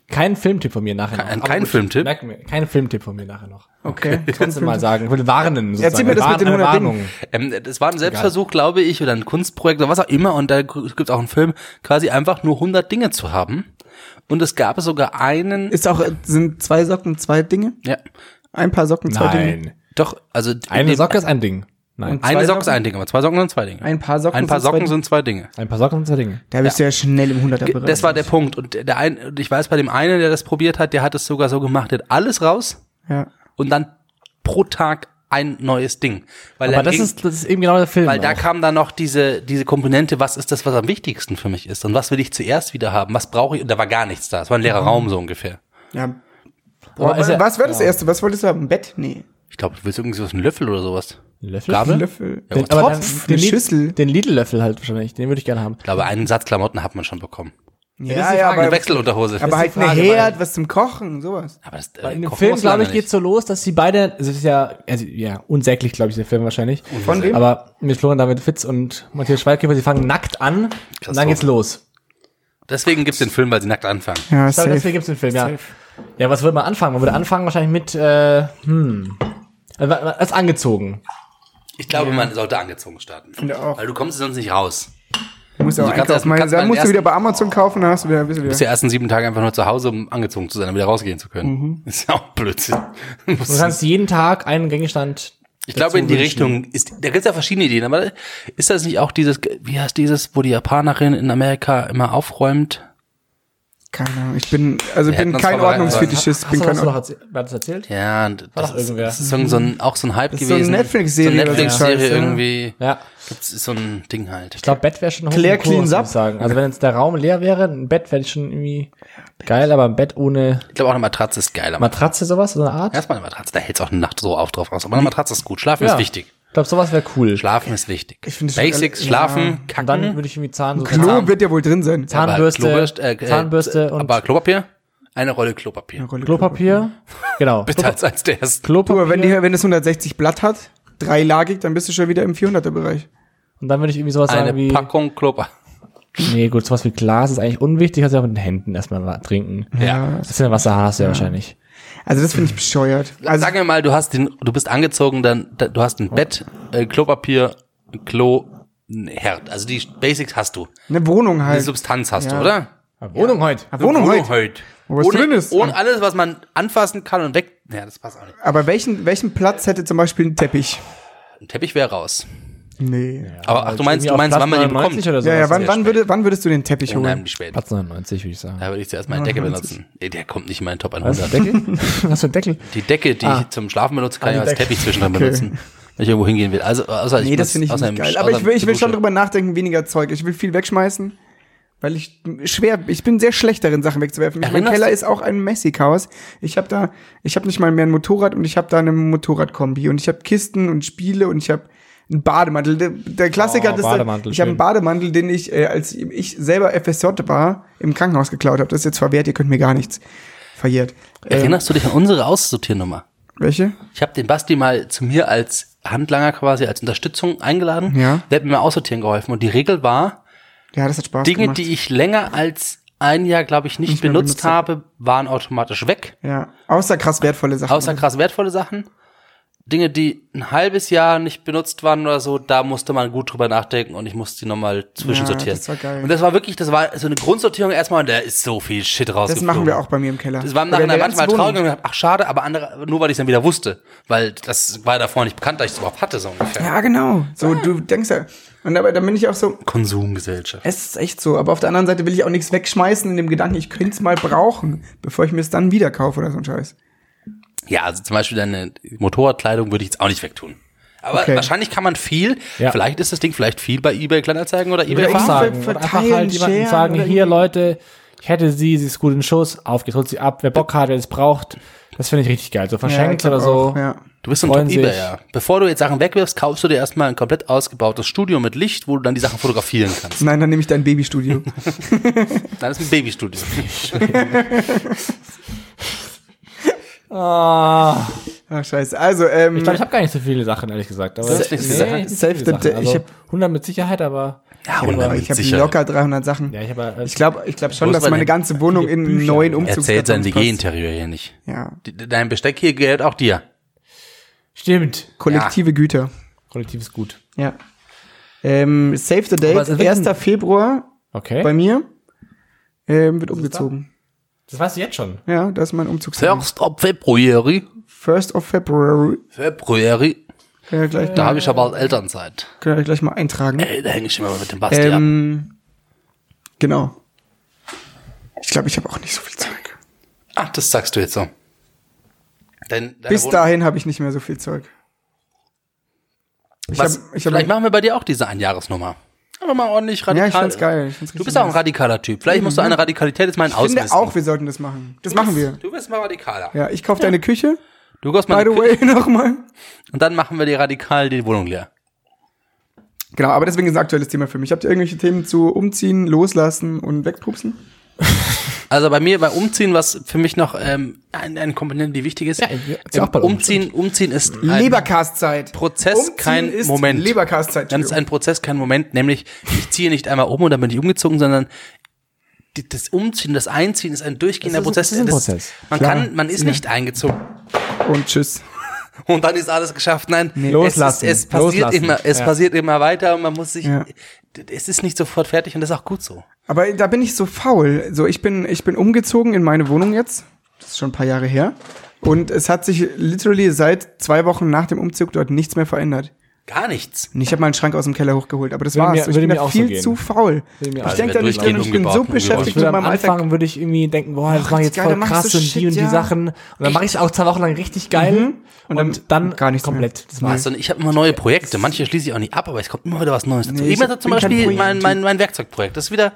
Kein Filmtipp von mir nachher noch. Kein- Aber kein gut, Filmtipp? merken wir. Kein Filmtipp von mir nachher noch. Okay. Kannst <laughs> du mal sagen. Ich würde warnen. sozusagen. Erzähl mir das mit den Warn- 100 Warnung. Dingen. Ähm, das war ein Selbstversuch, glaube ich, oder ein Kunstprojekt oder was auch immer. Und da gibt es auch einen Film, quasi einfach nur 100 Dinge zu haben. Und es gab sogar einen. Ist auch, sind zwei Socken zwei Dinge? ja, Ein paar Socken zwei Dinge? Nein. doch, also in Eine dem- Socke ist ein Ding. Nein. Und- Eine Zwei Socke ist Socken? ein Ding, aber zwei Socken sind zwei Dinge. Ein paar Socken Ein paar sind zwei Socken Dinge. sind zwei Dinge. Ein paar Socken sind zwei Dinge. Da bist du ja schnell im 100er Bereich. Das war der Punkt. Und der ein, und ich weiß, bei dem einen, der das probiert hat, der hat es sogar so gemacht, der hat alles raus Ja. und dann pro Tag ein neues Ding. Weil Aber er das ging- ist, das ist eben genau der Film. Weil da auch. kam dann noch diese, diese Komponente, was ist das, was am wichtigsten für mich ist und was will ich zuerst wieder haben, was brauche ich, und da war gar nichts da, es war ein leerer Mhm. Raum so ungefähr. Ja. Aber Boah, ist ja- was war das erste? Was wolltest du haben? Ein Bett? Nee. Ich glaube, du willst irgendwie sowas, einen Löffel oder sowas. Ein Löffel? Gabel? Ein Löffel. Ja, Ein Den, aber dann, Topf, den, eine Lid- Schüssel. den Lidl-Löffel halt wahrscheinlich, den würde ich gerne haben. Ich glaube, einen Satz Klamotten hat man schon bekommen. ja, die ja, Frage. Eine aber, Wechselunterhose. aber halt eine Frage, Herd, was zum Kochen, sowas. aber das, äh, In dem Kochen Film, muss lange glaube ich, nicht. geht's so los, dass sie beide, es ist ja, also, ja, unsäglich, glaube ich, der Film wahrscheinlich. Von wem? Aber mit Florian David Fitz und Matthias Schweighöfer, sie fangen nackt an und dann so. geht's los. Deswegen gibt's den Film, weil sie nackt anfangen. Ja, Ich glaube, safe. deswegen gibt's den Film, ja. Ja, was würde man anfangen? Man würde anfangen wahrscheinlich mit, äh, hm, also, man- man ist angezogen. Ich glaube, man sollte angezogen starten. Finde auch. Weil du kommst sonst nicht raus. Du musst auch Also kannst einkaufen. erst- Mal- kannst Dann mal musst du erst- wieder bei Amazon kaufen, dann hast du wieder, bist du Du bist die wieder. ersten sieben Tage einfach nur zu Hause, um angezogen zu sein, um wieder rausgehen zu Mhm. können. Ist ja auch Blödsinn. <laughs> Du kannst jeden Tag einen Gegenstand. Ich glaube, in die dazu wünschen. Richtung ist, da gibt's ja verschiedene Ideen, aber ist das nicht auch dieses, wie heißt dieses, wo die Japanerin in Amerika immer aufräumt? Keine Ahnung. Ich bin, Wir also bin hätten uns kein vorbereiten Ordnungsfetischist. Hast Bin du, kein hast du noch Ordnung. erzählt, wer hat das erzählt? Ja, und das, doch ist, irgendwer. das ist so ein, so ein, auch so ein Hype Das ist so eine gewesen. Netflix-Serie So eine oder so ein Netflix-Serie Scheiß, ja. irgendwie. Ja. Gibt's so ein Ding halt. Ich glaube, Bett wäre schon hoch Claire im Kurs, cleans muss up. ich sagen. Also wenn jetzt der Raum leer wäre, ein Bett wäre schon irgendwie geil, aber ein Bett ohne Ich glaube, auch eine Matratze ist geil. aber- Matratze, sowas, so eine Art. Erstmal eine Matratze, da hält's auch eine Nacht so auf drauf aus. Aber eine Matratze ist gut. Schlafen ist wichtig. Ich glaube, sowas wäre cool. Schlafen ist wichtig. Ich finde schon Basics, alle- schlafen, Und dann kacken. würde ich irgendwie Zahn so Klo wird ja wohl drin sein. Zahn- aber Zahnbürste, Klobürst- äh, äh, Zahnbürste und- Aber Klopapier? Eine Rolle Klopapier. Eine Rolle Klopapier. Genau. <laughs> Bitte als, als der erste. Du, aber Klopapier. wenn, die, wenn es 160 Blatt hat, dreilagig, dann bist du schon wieder im 400er-Bereich. Und dann würde ich irgendwie sowas sagen Eine wie. Packung Klopapier. Nee, gut, sowas wie Glas ist eigentlich unwichtig, kannst du ja mit den Händen erstmal wa- trinken. Ja. Das ist ja Wasser hast du ja wahrscheinlich. Also das finde ich bescheuert. Also, Also Sagen wir mal, du hast den, du bist angezogen, dann, da, du hast ein Bett, äh, Klopapier, Klo, ein Herd. Also die Basics hast du. eine Wohnung Die halt. Substanz hast Ja. du, oder? Wohnung heute. Eine Wohnung halt. heute. Wo was ohne, drin ist. Ohne alles, was man anfassen kann und weg. Ja, das passt auch nicht. Aber welchen, welchen Platz hätte zum Beispiel ein Teppich? Ein Teppich wäre raus. Nee. Aber ach, du meinst, du meinst, wann man den bekommt? Oder Ja, ja, wann, sehr wann, spät. würde, wann würdest du den Teppich holen? Unheimlich spät. Platz 99, würde ich sagen. Da würde ich zuerst meine Decke benutzen. Nee, der kommt nicht in meinen Top Was? 100. <laughs> Deckel? Was für ein Deckel? Die Decke, Ah. die ich zum Schlafen benutze, kann ich als Decke. Teppich zwischendrin benutzen. Wenn ich irgendwo hingehen will. Also, außer ich Nee, das muss- finde ich außer nicht im- geil. außer Aber ich will, ich will zur schon Dusche. drüber nachdenken, weniger Zeug. Ich will viel wegschmeißen, weil ich schwer, ich bin sehr schlecht darin, Sachen wegzuwerfen. mein Erinnerst Keller du- ist auch ein Messy-Chaos. Ich habe da, ich habe nicht mal mehr ein Motorrad und ich habe da eine Motorradkombi und ich habe Kisten und Spiele und ich habe einen Bademantel. Der, der Klassiker Oh, ist, der, Bademantel, ich habe schön. einen Bademantel, den ich, äh, als ich selber FSJ war, im Krankenhaus geklaut habe. Das ist jetzt verwehrt, ihr könnt mir gar nichts. Verjährt. Äh, Erinnerst du dich an unsere Aussortiernummer? welche? Ich habe den Basti mal zu mir als Handlanger quasi, als Unterstützung eingeladen. Ja. Der hat mir mal aussortieren geholfen. Und die Regel war, Ja, das hat Spaß Dinge, gemacht. die ich länger als ein Jahr, glaube ich, nicht, Nicht mehr benutzt benutzt habe. habe, waren automatisch weg. ja, außer krass wertvolle Sachen. Außer krass wertvolle Sachen. Dinge, die ein halbes Jahr nicht benutzt waren oder so, da musste man gut drüber nachdenken und ich musste die nochmal zwischensortieren. das war geil. Und das war wirklich, das war so eine Grundsortierung erstmal und da ist so viel Shit Das rausgeflogen. machen wir auch bei mir im Keller. Das war im Oder in Nachhinein der manchmal ganzen traurig Wohnung. und ich hab, ach schade, aber andere, nur weil ich es dann wieder wusste. Weil das war davor nicht bekannt, dass ich es überhaupt hatte, so ungefähr. Ja, genau. So, Ah. du denkst ja. Und aber dann bin ich auch so, Konsumgesellschaft. es ist echt so. Aber auf der anderen Seite will ich auch nichts wegschmeißen in dem Gedanken, ich könnte es mal brauchen, bevor ich mir es dann wieder kaufe oder so ein Scheiß. Ja, also zum Beispiel deine Motorradkleidung würde ich jetzt auch nicht wegtun. Aber Okay. wahrscheinlich kann man viel, Ja. vielleicht ist das Ding vielleicht viel bei eBay Kleinanzeigen oder eBay Würde ich Einfach Kleinanzeigen. sagen. Oder einfach verteilen, halt jemanden sharen sagen, oder hier irgendwie. Leute, ich hätte sie, sie ist gut in den Schuss, auf geht's, holt sie ab, wer Bock hat, wer es braucht. Das finde ich richtig geil. So verschenkt Ja, ich oder glaub so. auch, ja. Du bist so ein Freuen sich. Top-Ebayer. Bevor du jetzt Sachen wegwirfst, kaufst du dir erstmal ein komplett ausgebautes Studio mit Licht, wo du dann die Sachen fotografieren kannst. Nein, dann nehme ich <laughs> dein Babystudio. Dann ist ein <laughs> Babystudio. Ah, Ach, scheiße. Also, ähm, ich glaube, ich habe gar nicht so viele Sachen, ehrlich gesagt. Aber Das ist nicht so Sachen. nicht so Safe, viele das- Sachen. Also, ich ich hab- habe 100 mit Sicherheit, aber ja, aber oh, ich habe locker 300 Sachen. ja, ich habe äh, Ich glaube ich glaub schon, Wo ist dass man meine denn? ganze Wohnung in einen neuen Umzugskartons Erzählt sein passt. WG-Interieur hier nicht. Ja, Die- Dein Besteck hier gehört auch dir. stimmt. kollektive Güter. Kollektives Gut. Ja. Ähm, save the Aber es date, ist wirklich 1. Februar Okay. bei mir. ähm, wird umgezogen. Das weißt du jetzt schon. Ja, das ist mein Umzugstermin. First of February. First of February. February. Kann ich gleich, Da habe ich aber halt Elternzeit. kann ich gleich mal eintragen. Ey, da hänge ich immer mit dem Basti ab. Ähm, genau. Ich glaube, ich habe auch nicht so viel Zeug. Ach, das sagst du jetzt so. Dein, deine Bis Wohnung- dahin habe ich nicht mehr so viel Zeug. Ich Was, hab- ich hab- vielleicht machen wir bei dir auch diese Einjahresnummer. Aber mal ordentlich radikal. Ja, ich fand's geil. Ich fand's du richtig bist auch ein nice. Mhm. radikaler Typ. Vielleicht musst du eine Radikalität jetzt mal Ich finde ausmisten. auch, wir sollten das machen. Das machen wir. Du wirst mal radikaler. Ja, ich kaufe deine Küche, Du kaufst by mal the way, <laughs> nochmal. und dann machen wir dir radikal die Wohnung leer. Genau, aber deswegen ist ein aktuelles Thema für mich. Habt ihr irgendwelche Themen zu umziehen, loslassen und wegpupsen? Also bei mir bei Umziehen, was für mich noch ähm, eine, eine Komponente, die wichtig ist. ähm, Ja, ist ja auch bei uns. Umziehen, Umziehen ist ein, Lebercast-Zeit. Prozess, kein Moment. Lebercast-Zeit. dann ist ein Prozess kein Moment, nämlich ich ziehe nicht einmal um und dann bin ich umgezogen, sondern die, das Umziehen, das Einziehen ist ein durchgehender Das ist- das Prozess. ist ein Das- Prozess. Man Klar. kann, man ist nicht eingezogen. Und tschüss. und dann ist alles geschafft. Nein, Loslassen. Es, ist, es passiert Loslassen. immer, es Ja. passiert immer weiter und man muss sich, Ja. es ist nicht sofort fertig und das ist auch gut so. Aber da bin ich so faul. So, ich bin, ich bin umgezogen in meine Wohnung jetzt. Das ist schon ein paar Jahre her. Und es hat sich literally seit zwei Wochen nach dem Umzug dort nichts mehr verändert. Gar nichts. Und ich habe meinen Schrank aus dem Keller hochgeholt, aber das Würde war's. mir- So, ich würde bin mir da auch so viel gehen. zu faul. mir Ich auch. denke Also da nicht wir drin und ich durchgehen, bin so umgebaut, umgebaut. Ich beschäftigt würde mit am meinem Alltag. Anfang würde ich irgendwie denken, boah, das war jetzt geil, voll dann machst krass du und die Shit, und die ja. Mhm. Sachen. Und dann mache ich auch zwei Wochen lang richtig geil und, dann, gar nichts komplett. Das war's. Also, ich habe immer neue Projekte. Manche schließe ich auch nicht ab, aber es kommt immer wieder was Neues dazu. Nee, ich Eben hab- zum bin kein Beispiel mein, Projekttyp. mein, mein Werkzeugprojekt. Das ist wieder,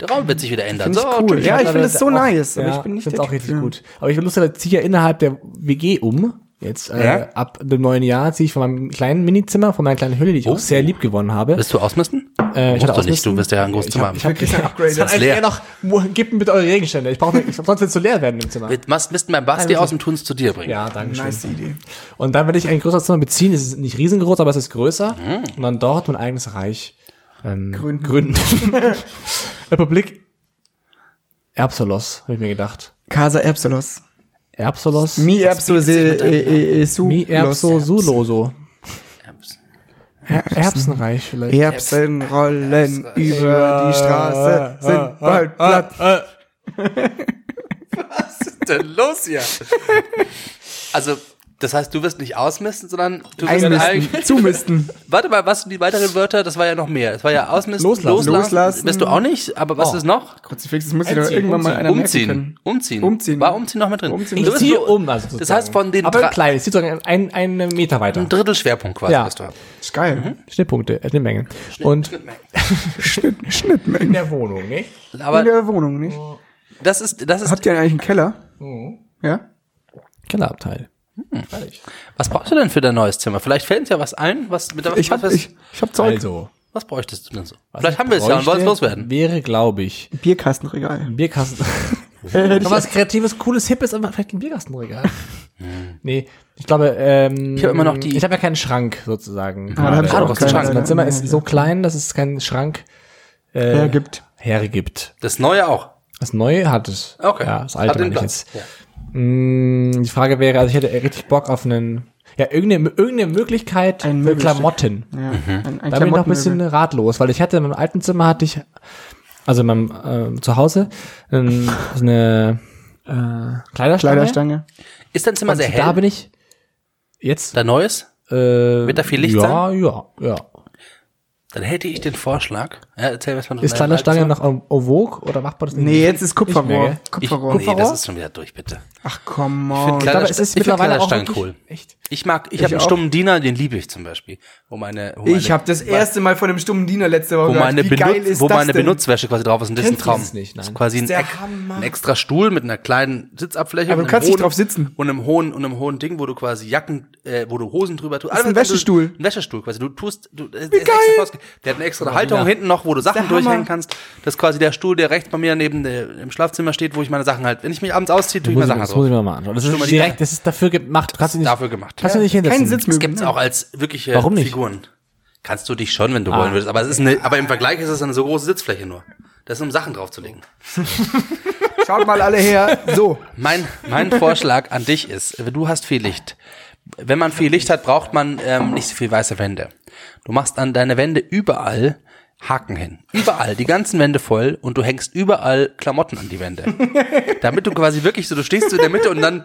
der Raum wird sich wieder ändern. Find ich cool. natürlich. Ja, ich finde aber es so auch- nice, aber ich bin nicht find's der auch Typ richtig für. gut. Aber ich bin lustig, ich ziehe ja innerhalb der WG um. Jetzt äh, Ja? ab dem neuen Jahr ziehe ich von meinem kleinen Minizimmer, von meiner kleinen Hülle, Oh. die ich auch sehr lieb gewonnen habe. Willst du ausmisten? Äh, ich Musst hatte du nicht, ausmisten. du bist ja ein großes Ich Zimmer. hab- Ich habe kriegst ein Upgrade. Es hat Ist eigentlich leer. eher noch, mu- gebt mir bitte eure Gegenstände. Ich brauche sonst wird es so leer werden im Zimmer. Wir must- müssten beim Basti Also- aus und tun es zu dir bringen. Ja, danke schön. Nice Idee. Und dann werde ich ein größeres Zimmer beziehen. Es ist nicht riesengroß, aber es ist größer. Mhm. Und dann dort mein eigenes Reich ähm, gründen. <laughs> Republik Erbsolos, habe ich mir gedacht. Casa Erbsolos. Erbsolos. Mi e- Erbsolos. Mi Mi Erbso Suloso. Erbsenreich vielleicht. Erbsen rollen über die Straße, Ah, sind bald platt. Äh, Äh, Was ist denn los hier? also, das heißt, du wirst nicht ausmisten, sondern du wirst Einmisten, zumisten. Warte mal, was sind die weiteren Wörter? Das war ja noch mehr. Es war ja ausmisten, Loslassen. Loslassen. Bist du auch nicht? Aber was ist noch? <laughs> Kruzifix, das muss ich doch irgendwann mal einer merken Umziehen. können. Umziehen. Umziehen. War Umziehen noch mit drin? Umziehen. Du Ich bist ziehe so um, also Das sozusagen. heißt, von den Aber drei- klein, es zieht sogar ein, ein, einen Meter weiter. Ein Drittel Schwerpunkt quasi. Ja. hast du. Ist geil. Schnittpunkte, äh, eine Menge. Und Schnitt, Schnittmengen. der Wohnung, nicht? In Aber der Wohnung, nicht? das ist, das ist, Habt ihr eigentlich einen Keller? Mhm. Ja? Kellerabteil. was brauchst du denn für dein neues Zimmer? Vielleicht fällt dir ja was ein, was, mit was, Ich hab, was, ich, ich hab Zeug. Also, was bräuchtest du denn so? was Vielleicht ich haben wir es ja und wollen es bräuchte, loswerden. Wäre, glaube ich, Bierkastenregal. ein <laughs> Bierkasten. Äh, Noch was Kreatives, Cooles, Hippes, aber vielleicht ein Bierkastenregal. <laughs> nee, ich glaube, ähm, Ich hab immer noch die- Ich habe ja keinen Schrank sozusagen. da hab ich Gerade. auch Also keinen. Mein Zimmer ist Ja. so klein, dass es keinen Schrank äh, Hergibt. hergibt. Das neue auch. Das Neue hat es. Okay. Ja, das Hat Alte den meine ich Platz. jetzt. Mm, die Frage wäre, also ich hätte richtig Bock auf einen, ja, irgendeine, irgendeine Möglichkeit Ein für Möbelstück. Klamotten. Ja, ein, ein Da bin ich noch ein bisschen Klamottenmöbel. ratlos, weil ich hatte in meinem alten Zimmer hatte ich, also in meinem ähm, Zuhause, <laughs> ähm, so eine äh, Kleiderstange. Kleiderstange. Ist dein Zimmer Und sehr hell? Also da bin ich jetzt. dein neues? Äh, Wird da viel Licht ja, sein? Ja, ja, Dann hätte ich den Vorschlag. Ja, erzähl, was man Ist Kleiderstange noch en en vogue oder macht man das nicht? Nee, jetzt ist Nicht mehr, Kupferrohr. gell? ich, Kupferrohr. Nee, das Kupferrohr? ist schon wieder durch, bitte. Ach, come find on. Kleider- Aber es Ich ist find mittlerweile auch Kleiderstange wirklich, cool. Echt? Ich mag, ich, Ich habe einen auch. stummen Diener, den liebe ich zum Beispiel. Wo meine, wo meine, Ich habe das erste Mal von dem stummen Diener letzte Woche wo meine, wie geil Benutz, ist wo das meine denn? Benutzwäsche quasi drauf ist. Und das ist ein Kennst du Traum. das nicht? Das ist Nein. quasi ein, Der Eck, Hammer. ein extra Stuhl mit einer kleinen Sitzabfläche. Aber und du einem kannst nicht hohen- drauf sitzen. Und einem hohen, und einem hohen Ding, wo du quasi Jacken, äh, wo du Hosen drüber tust. Ist Alles, ein wenn du- Wäschestuhl. Ein Wäschestuhl quasi. Du tust, du, äh, Wie geil. Der hat eine extra Halterung hinten noch, wo du Sachen der Hammer. durchhängen kannst. Das ist quasi der Stuhl, der rechts bei mir neben der, im Schlafzimmer steht, wo ich meine Sachen halt, wenn ich mich abends ausziehe, tue ich Muss meine ich, das Sachen muss ich drauf. mir mal anschauen. Das Schon mal ist die- direkt, das ist dafür gemacht. Kannst du nicht, Dafür gemacht. Kannst du nicht hinsetzen. Kein Sitz Das gibt's ne? auch als wirkliche Warum nicht? Ah. Figuren. Kannst du dich schon, wenn du wollen würdest. Aber, es ist eine, aber im Vergleich ist es eine so große Sitzfläche nur. Das ist, um Sachen draufzulegen. Schaut mal alle her. So. Mein, mein Vorschlag an dich ist, du hast viel Licht. Wenn man viel Licht hat, braucht man ähm, nicht so viel weiße Wände. Du machst an deine Wände überall Haken hin. Überall, die ganzen Wände voll und du hängst überall Klamotten an die Wände. Damit du quasi wirklich so, du stehst so in der Mitte und dann,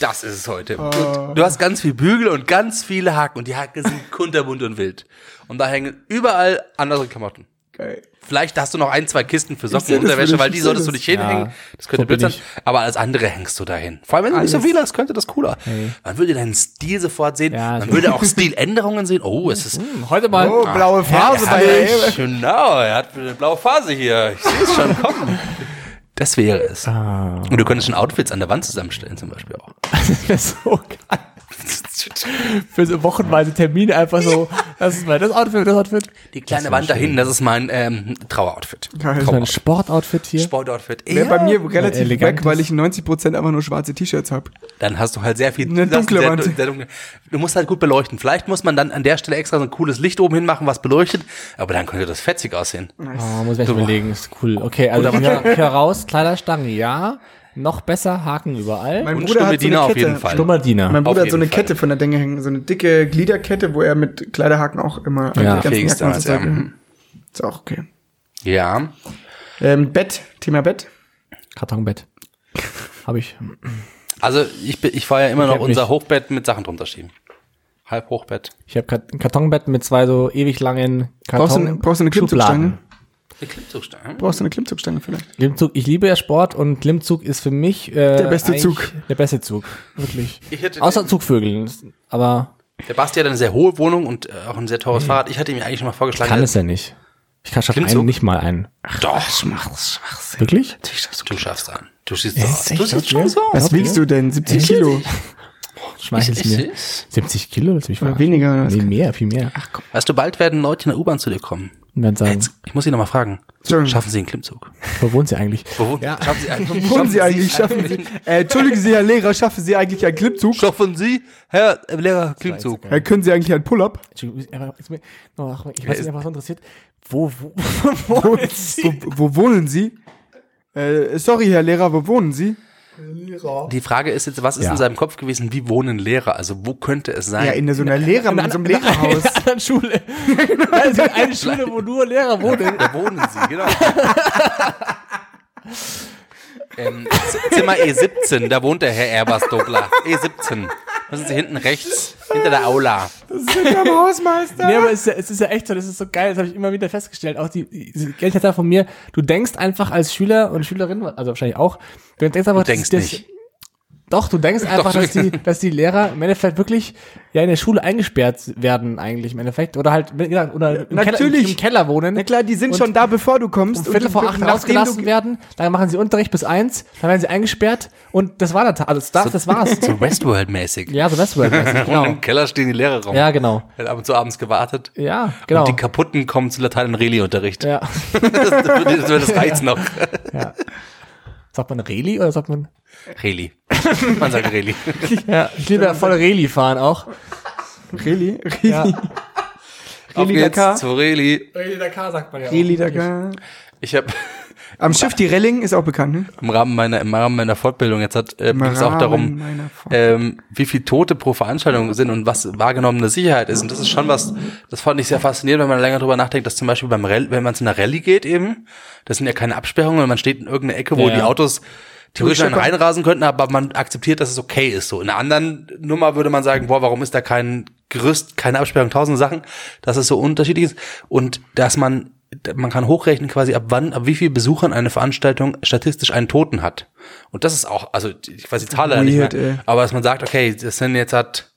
das ist es heute. Ah. Und du hast ganz viel Bügel und ganz viele Haken und die Haken sind kunterbunt und wild. Und da hängen überall andere Klamotten. Geil. Vielleicht hast du noch ein, zwei Kisten für seh Socken das und Unterwäsche, wirklich, weil die ich seh solltest du das. nicht hinhängen. Ja, das könnte so blöd bin sein. Aber alles andere hängst du dahin. Vor allem, wenn du nicht so Alles. viel hast, könnte das cooler. Man würde deinen Stil sofort sehen. Ja, Man so. würde auch Stiländerungen sehen. Oh, es <laughs> ist Heute mal. Oh, <laughs> blaue Phase bei Herrlich, Genau, er hat eine blaue Phase hier. Ich sehe es schon kommen. Das wäre es. Ah. Und du könntest schon Outfits an der Wand zusammenstellen, zum Beispiel auch. <laughs> Das ist so geil. <laughs> Für so wochenweise Termine einfach so. Das ist mal das Outfit, das Outfit. Die kleine Wand da hinten, das ist mein ähm, Traueroutfit. Geil. Mein Sportoutfit hier. Sportoutfit. Wäre bei mir Ein relativ elegantes. weg, weil ich 90% einfach nur schwarze T-Shirts habe. Dann hast du halt sehr viel. Eine das ist dunkle sehr, Wand. Sehr dunkel. Du musst halt gut beleuchten. Vielleicht muss man dann an der Stelle extra so ein cooles Licht oben hinmachen, was beleuchtet. Aber dann könnte das fetzig aussehen. Oh, muss ich echt überlegen, ist cool. Okay, also hier, hier raus, Kleiderstangen, ja. Noch besser, Haken überall. Mein Und Bruder stumme hat so Diener eine auf Kette. jeden Fall. Stummer Diener. Mein Bruder Auf hat so jeden eine Fall. Kette von der Dinge hängen, so eine dicke Gliederkette, wo er mit Kleiderhaken auch immer an Ja, die ganzen fähigst Jacken und so damals, Zeug- ja. Mhm. Ist auch okay. Ja. Ähm, Bett, Thema Bett. Kartonbett. Habe ich. Also ich, bin- ich war ja immer noch hab unser mich- Hochbett mit Sachen drunter schieben. Halb Hochbett. Ich habe ein Kartonbett mit zwei so ewig langen Karton Brauchst du eine- brauchst du eine Klimmzugstange? Eine Klimmzugstange. Brauchst du eine Klimmzugstange vielleicht? Klimmzug, ich liebe ja Sport und Klimmzug ist für mich äh, Der beste eigentlich Zug. Der beste Zug, wirklich. <laughs> Ich hätte Außer Zugvögeln, aber Der Basti hat eine sehr hohe Wohnung und äh, auch ein sehr teures Fahrrad. Ich hatte ihm eigentlich schon mal vorgeschlagen. kann dass- es ja nicht. Ich kann schon Klimmzug? einen, nicht mal einen. Doch, schmach's, schmach's. Wirklich? Du schaffst, du schaffst an. Du siehst so aus. echt Du siehst schon so aus. Was wiegst du denn? 70 Kilo? Schmeichelst Ich- mir. ich- 70 Kilo? Willst du mich Oder verarschen? weniger? Oder was? Nee, mehr, viel mehr. Weißt du, bald werden Leute in der U-Bahn zu dir kommen. Und dann sagen, Jetzt, ich muss sie nochmal fragen. Entschuldigung. Schaffen sie einen Klimmzug? wo wohnt sie eigentlich? Wo, Schaffen sie <laughs> einen Wo Wohnen Sie eigentlich? Schaffen Sie, äh, Entschuldigen Sie, Herr Lehrer, schaffen Sie eigentlich einen <laughs> Klimmzug? Schaffen sie, Herr äh, Lehrer, Klimmzug. Äh, können Sie eigentlich einen Pull-up? Entschuldigung, ist einfach- ist mir- noch- Ich weiß nicht, was so interessiert. Wo, wo, <laughs> wo Wo, wohnt sie? wo, wo wohnen Sie? Äh, sorry, Herr Lehrer, wo wohnen Sie? Die Frage ist jetzt, was ist Ja. in seinem Kopf gewesen? Wie wohnen Lehrer? Also, wo könnte es sein? Ja, in so einer Lehrer, in so einem In Lehrerhaus. einer anderen <laughs> Schule. Genau. Also eine Schule, wo nur Lehrer wohnen. Da wohnen <laughs> sie, genau. ähm, Z- Zimmer E17, da wohnt der Herr Erbers E Dobler. E17. Da sind sie hinten rechts, hinter der Aula. Das ist ja beim Hausmeister. Nee, aber es ist, ja, es ist ja echt so, das ist so geil, das habe ich immer wieder festgestellt. Auch die, die Geldhersteller von mir, du denkst einfach als Schüler und Schülerin, also wahrscheinlich auch, du denkst einfach, Du denkst dass, nicht. Doch, du <laughs> denkst einfach, dass, die, dass die Lehrer im Endeffekt wirklich ja in der Schule eingesperrt werden, eigentlich im Endeffekt. Oder halt, wie gesagt, oder im, Keller, Natürlich. im Keller wohnen. Na klar, die sind Und schon da, bevor du kommst. um Viertel vor acht rausgelassen werden, dann machen sie Unterricht bis eins, dann werden sie eingesperrt und das war der Tag. Also das, das <laughs> war's. So Westworld-mäßig. Ja, so das <laughs> wäre Und genau. im Keller stehen die Lehrer rum. Ja, genau. Hat ab und zu abends gewartet. Ja, genau. Und die Kaputten kommen zu Latein- und Reli-Unterricht. ja. <laughs> Das, das, das, das reizt noch. Sagt man Reli oder sagt man Reli. Man sagt Reli. Ja, ich liebe ja voll Reli fahren auch. <laughs> Reli, Reli, Ja. Auf Reli Dakar. geht's zu Reli. Reli Dakar sagt man ja Reli Dakar. Ich habe Am Schiff, die Relling ist auch bekannt, ne? im Rahmen meiner, im Rahmen meiner Fortbildung, jetzt hat, äh, ging es Rahmen auch darum, meiner Form. ähm, wie viel Tote pro Veranstaltung sind und was wahrgenommene Sicherheit ist. Und das ist schon was, das fand ich sehr faszinierend, wenn man länger drüber nachdenkt, dass zum Beispiel beim Rall, wenn man zu einer Rallye geht eben, das sind ja keine Absperrungen, und man steht in irgendeiner Ecke, wo Ja. die Autos theoretisch einen Durchscheppern. reinrasen könnten, aber man akzeptiert, dass es okay ist. So in einer anderen Nummer würde man sagen, boah, warum ist da kein Gerüst, keine Absperrung, tausende Sachen, dass es so unterschiedlich ist und dass man man kann hochrechnen quasi ab wann, ab wie viel Besuchern eine Veranstaltung statistisch einen Toten hat. Und das ist auch, also ich weiß die Zahl leider nicht Weird, ey. mehr, aber dass man sagt, okay, das sind jetzt hat,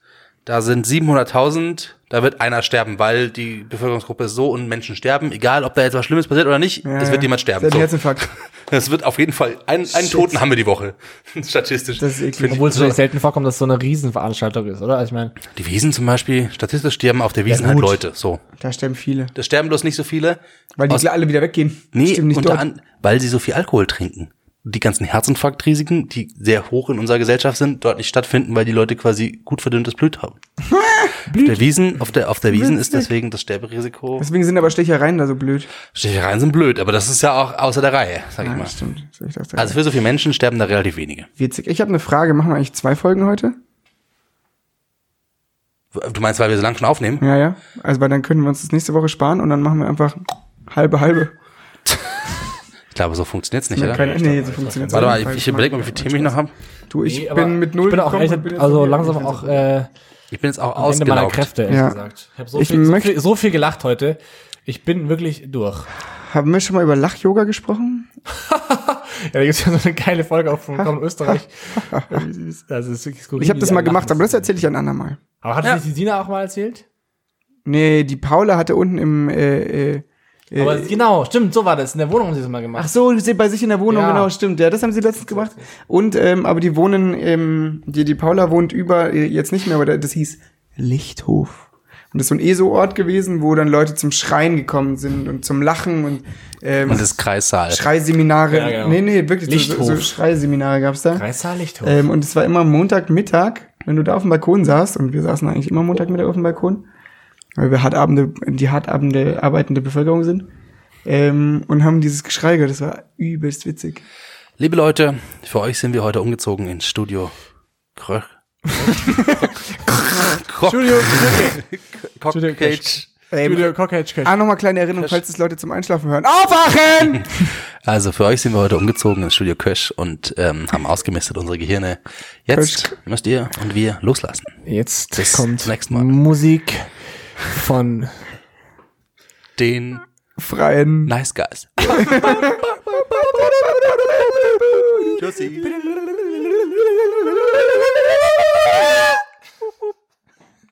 da sind 700.000, da wird einer sterben, weil die Bevölkerungsgruppe ist so und Menschen sterben, egal ob da jetzt was Schlimmes passiert oder nicht, es wird jemand sterben. Das ist ein So. Herzinfarkt. Das wird auf jeden Fall, einen, einen Toten haben wir die Woche. <laughs> Statistisch. Das ist eklig. Finde ich- Obwohl es natürlich selten vorkommt, dass es so eine Riesenveranstaltung ist, oder? Also ich meine, Die Wiesen zum Beispiel, statistisch sterben auf der Wiesen Ja, halt gut. Leute, so. Da sterben viele. Da sterben bloß nicht so viele. Weil die Aus- alle wieder weggehen. Nee, Stimmt nicht unter dort. an, weil sie so viel Alkohol trinken. Die ganzen Herzinfarktrisiken, die sehr hoch in unserer Gesellschaft sind, dort nicht stattfinden, weil die Leute quasi gut verdünntes Blut <laughs> haben. Auf der Wiesen, auf der, auf der Wiesen ist deswegen das Sterberisiko. Deswegen sind aber Stechereien da so blöd. Stechereien sind blöd, aber das ist ja auch außer der Reihe, sag ich Ja, mal. stimmt. So, ich dachte, Also für so viele Menschen sterben da relativ wenige. witzig. Ich habe eine Frage. Machen wir eigentlich zwei Folgen heute? Du meinst, weil wir so lange schon aufnehmen? Ja, ja. Also, weil dann können wir uns das nächste Woche sparen und dann machen wir einfach Halbe, halbe. Ich glaube, so funktioniert's nicht, Nee, oder? keine, nee, so funktioniert Warte mal, ich, ich überlege mal, wie viele Themen ich noch habe. Du, ich Nee, aber bin mit null Ich bin auch gekommen ehrlich, und bin jetzt also hier. langsam Ich bin auch äh, Ich bin jetzt auch am Ende meiner ausgelaugt. Kräfte, ehrlich Ja. gesagt. Ich habe so, Ich viel- so, möcht- viel- so viel gelacht heute. Ich bin wirklich durch. Haben wir schon mal über Lach-Yoga gesprochen? Ja, da gibt's ja so eine geile Folge auf vom Kommen Österreich. Wie süß. <laughs> Also, das ist wirklich skurril, Ich habe das wie die mal alle gemacht, lachen aber das müssen. erzähle ich ein andermal. Aber hat Ja. das nicht die Sina auch mal erzählt? Nee, die Paula hatte unten im äh, äh, äh, Aber genau, stimmt, so war das. In der Wohnung haben sie das mal Ach gemacht. so, die sind bei sich in der Wohnung, Ja. genau, stimmt. Ja, das haben sie letztens gemacht. Und, ähm, aber die wohnen, ähm, die, die Paula wohnt über, äh, jetzt nicht mehr, aber da- das hieß Lichthof. Und das ist so ein ESO-Ort gewesen, wo dann Leute zum Schreien gekommen sind und zum Lachen und, ähm, Und das ist Kreissaal. Schreiseminare. Ja, genau. Nee, nee, wirklich, so, so Lichthof. Schreiseminare gab's da. Kreissaal Lichthof. Ähm, und es war immer Montagmittag, wenn du da auf dem Balkon saßt, und wir saßen eigentlich immer Montagmittag auf dem Balkon, weil wir hartabende, die hartabende arbeitende Bevölkerung sind, ähm, und haben dieses Geschrei gehört. Das war übelst witzig. Liebe Leute, für euch sind wir heute umgezogen ins Studio Kröch. Studio Studio Cockcage. Studio Cockage Cash. Ah, nochmal kleine Erinnerung, falls es Leute zum Einschlafen hören. Aufwachen! Also für euch sind wir heute umgezogen ins Studio Kösch und ähm, haben ausgemistet unsere Gehirne. Jetzt müsst ihr und wir loslassen. Jetzt Bis kommt zum nächsten Mal. Musik von Den Freien. Nice Guys. Tschüssi.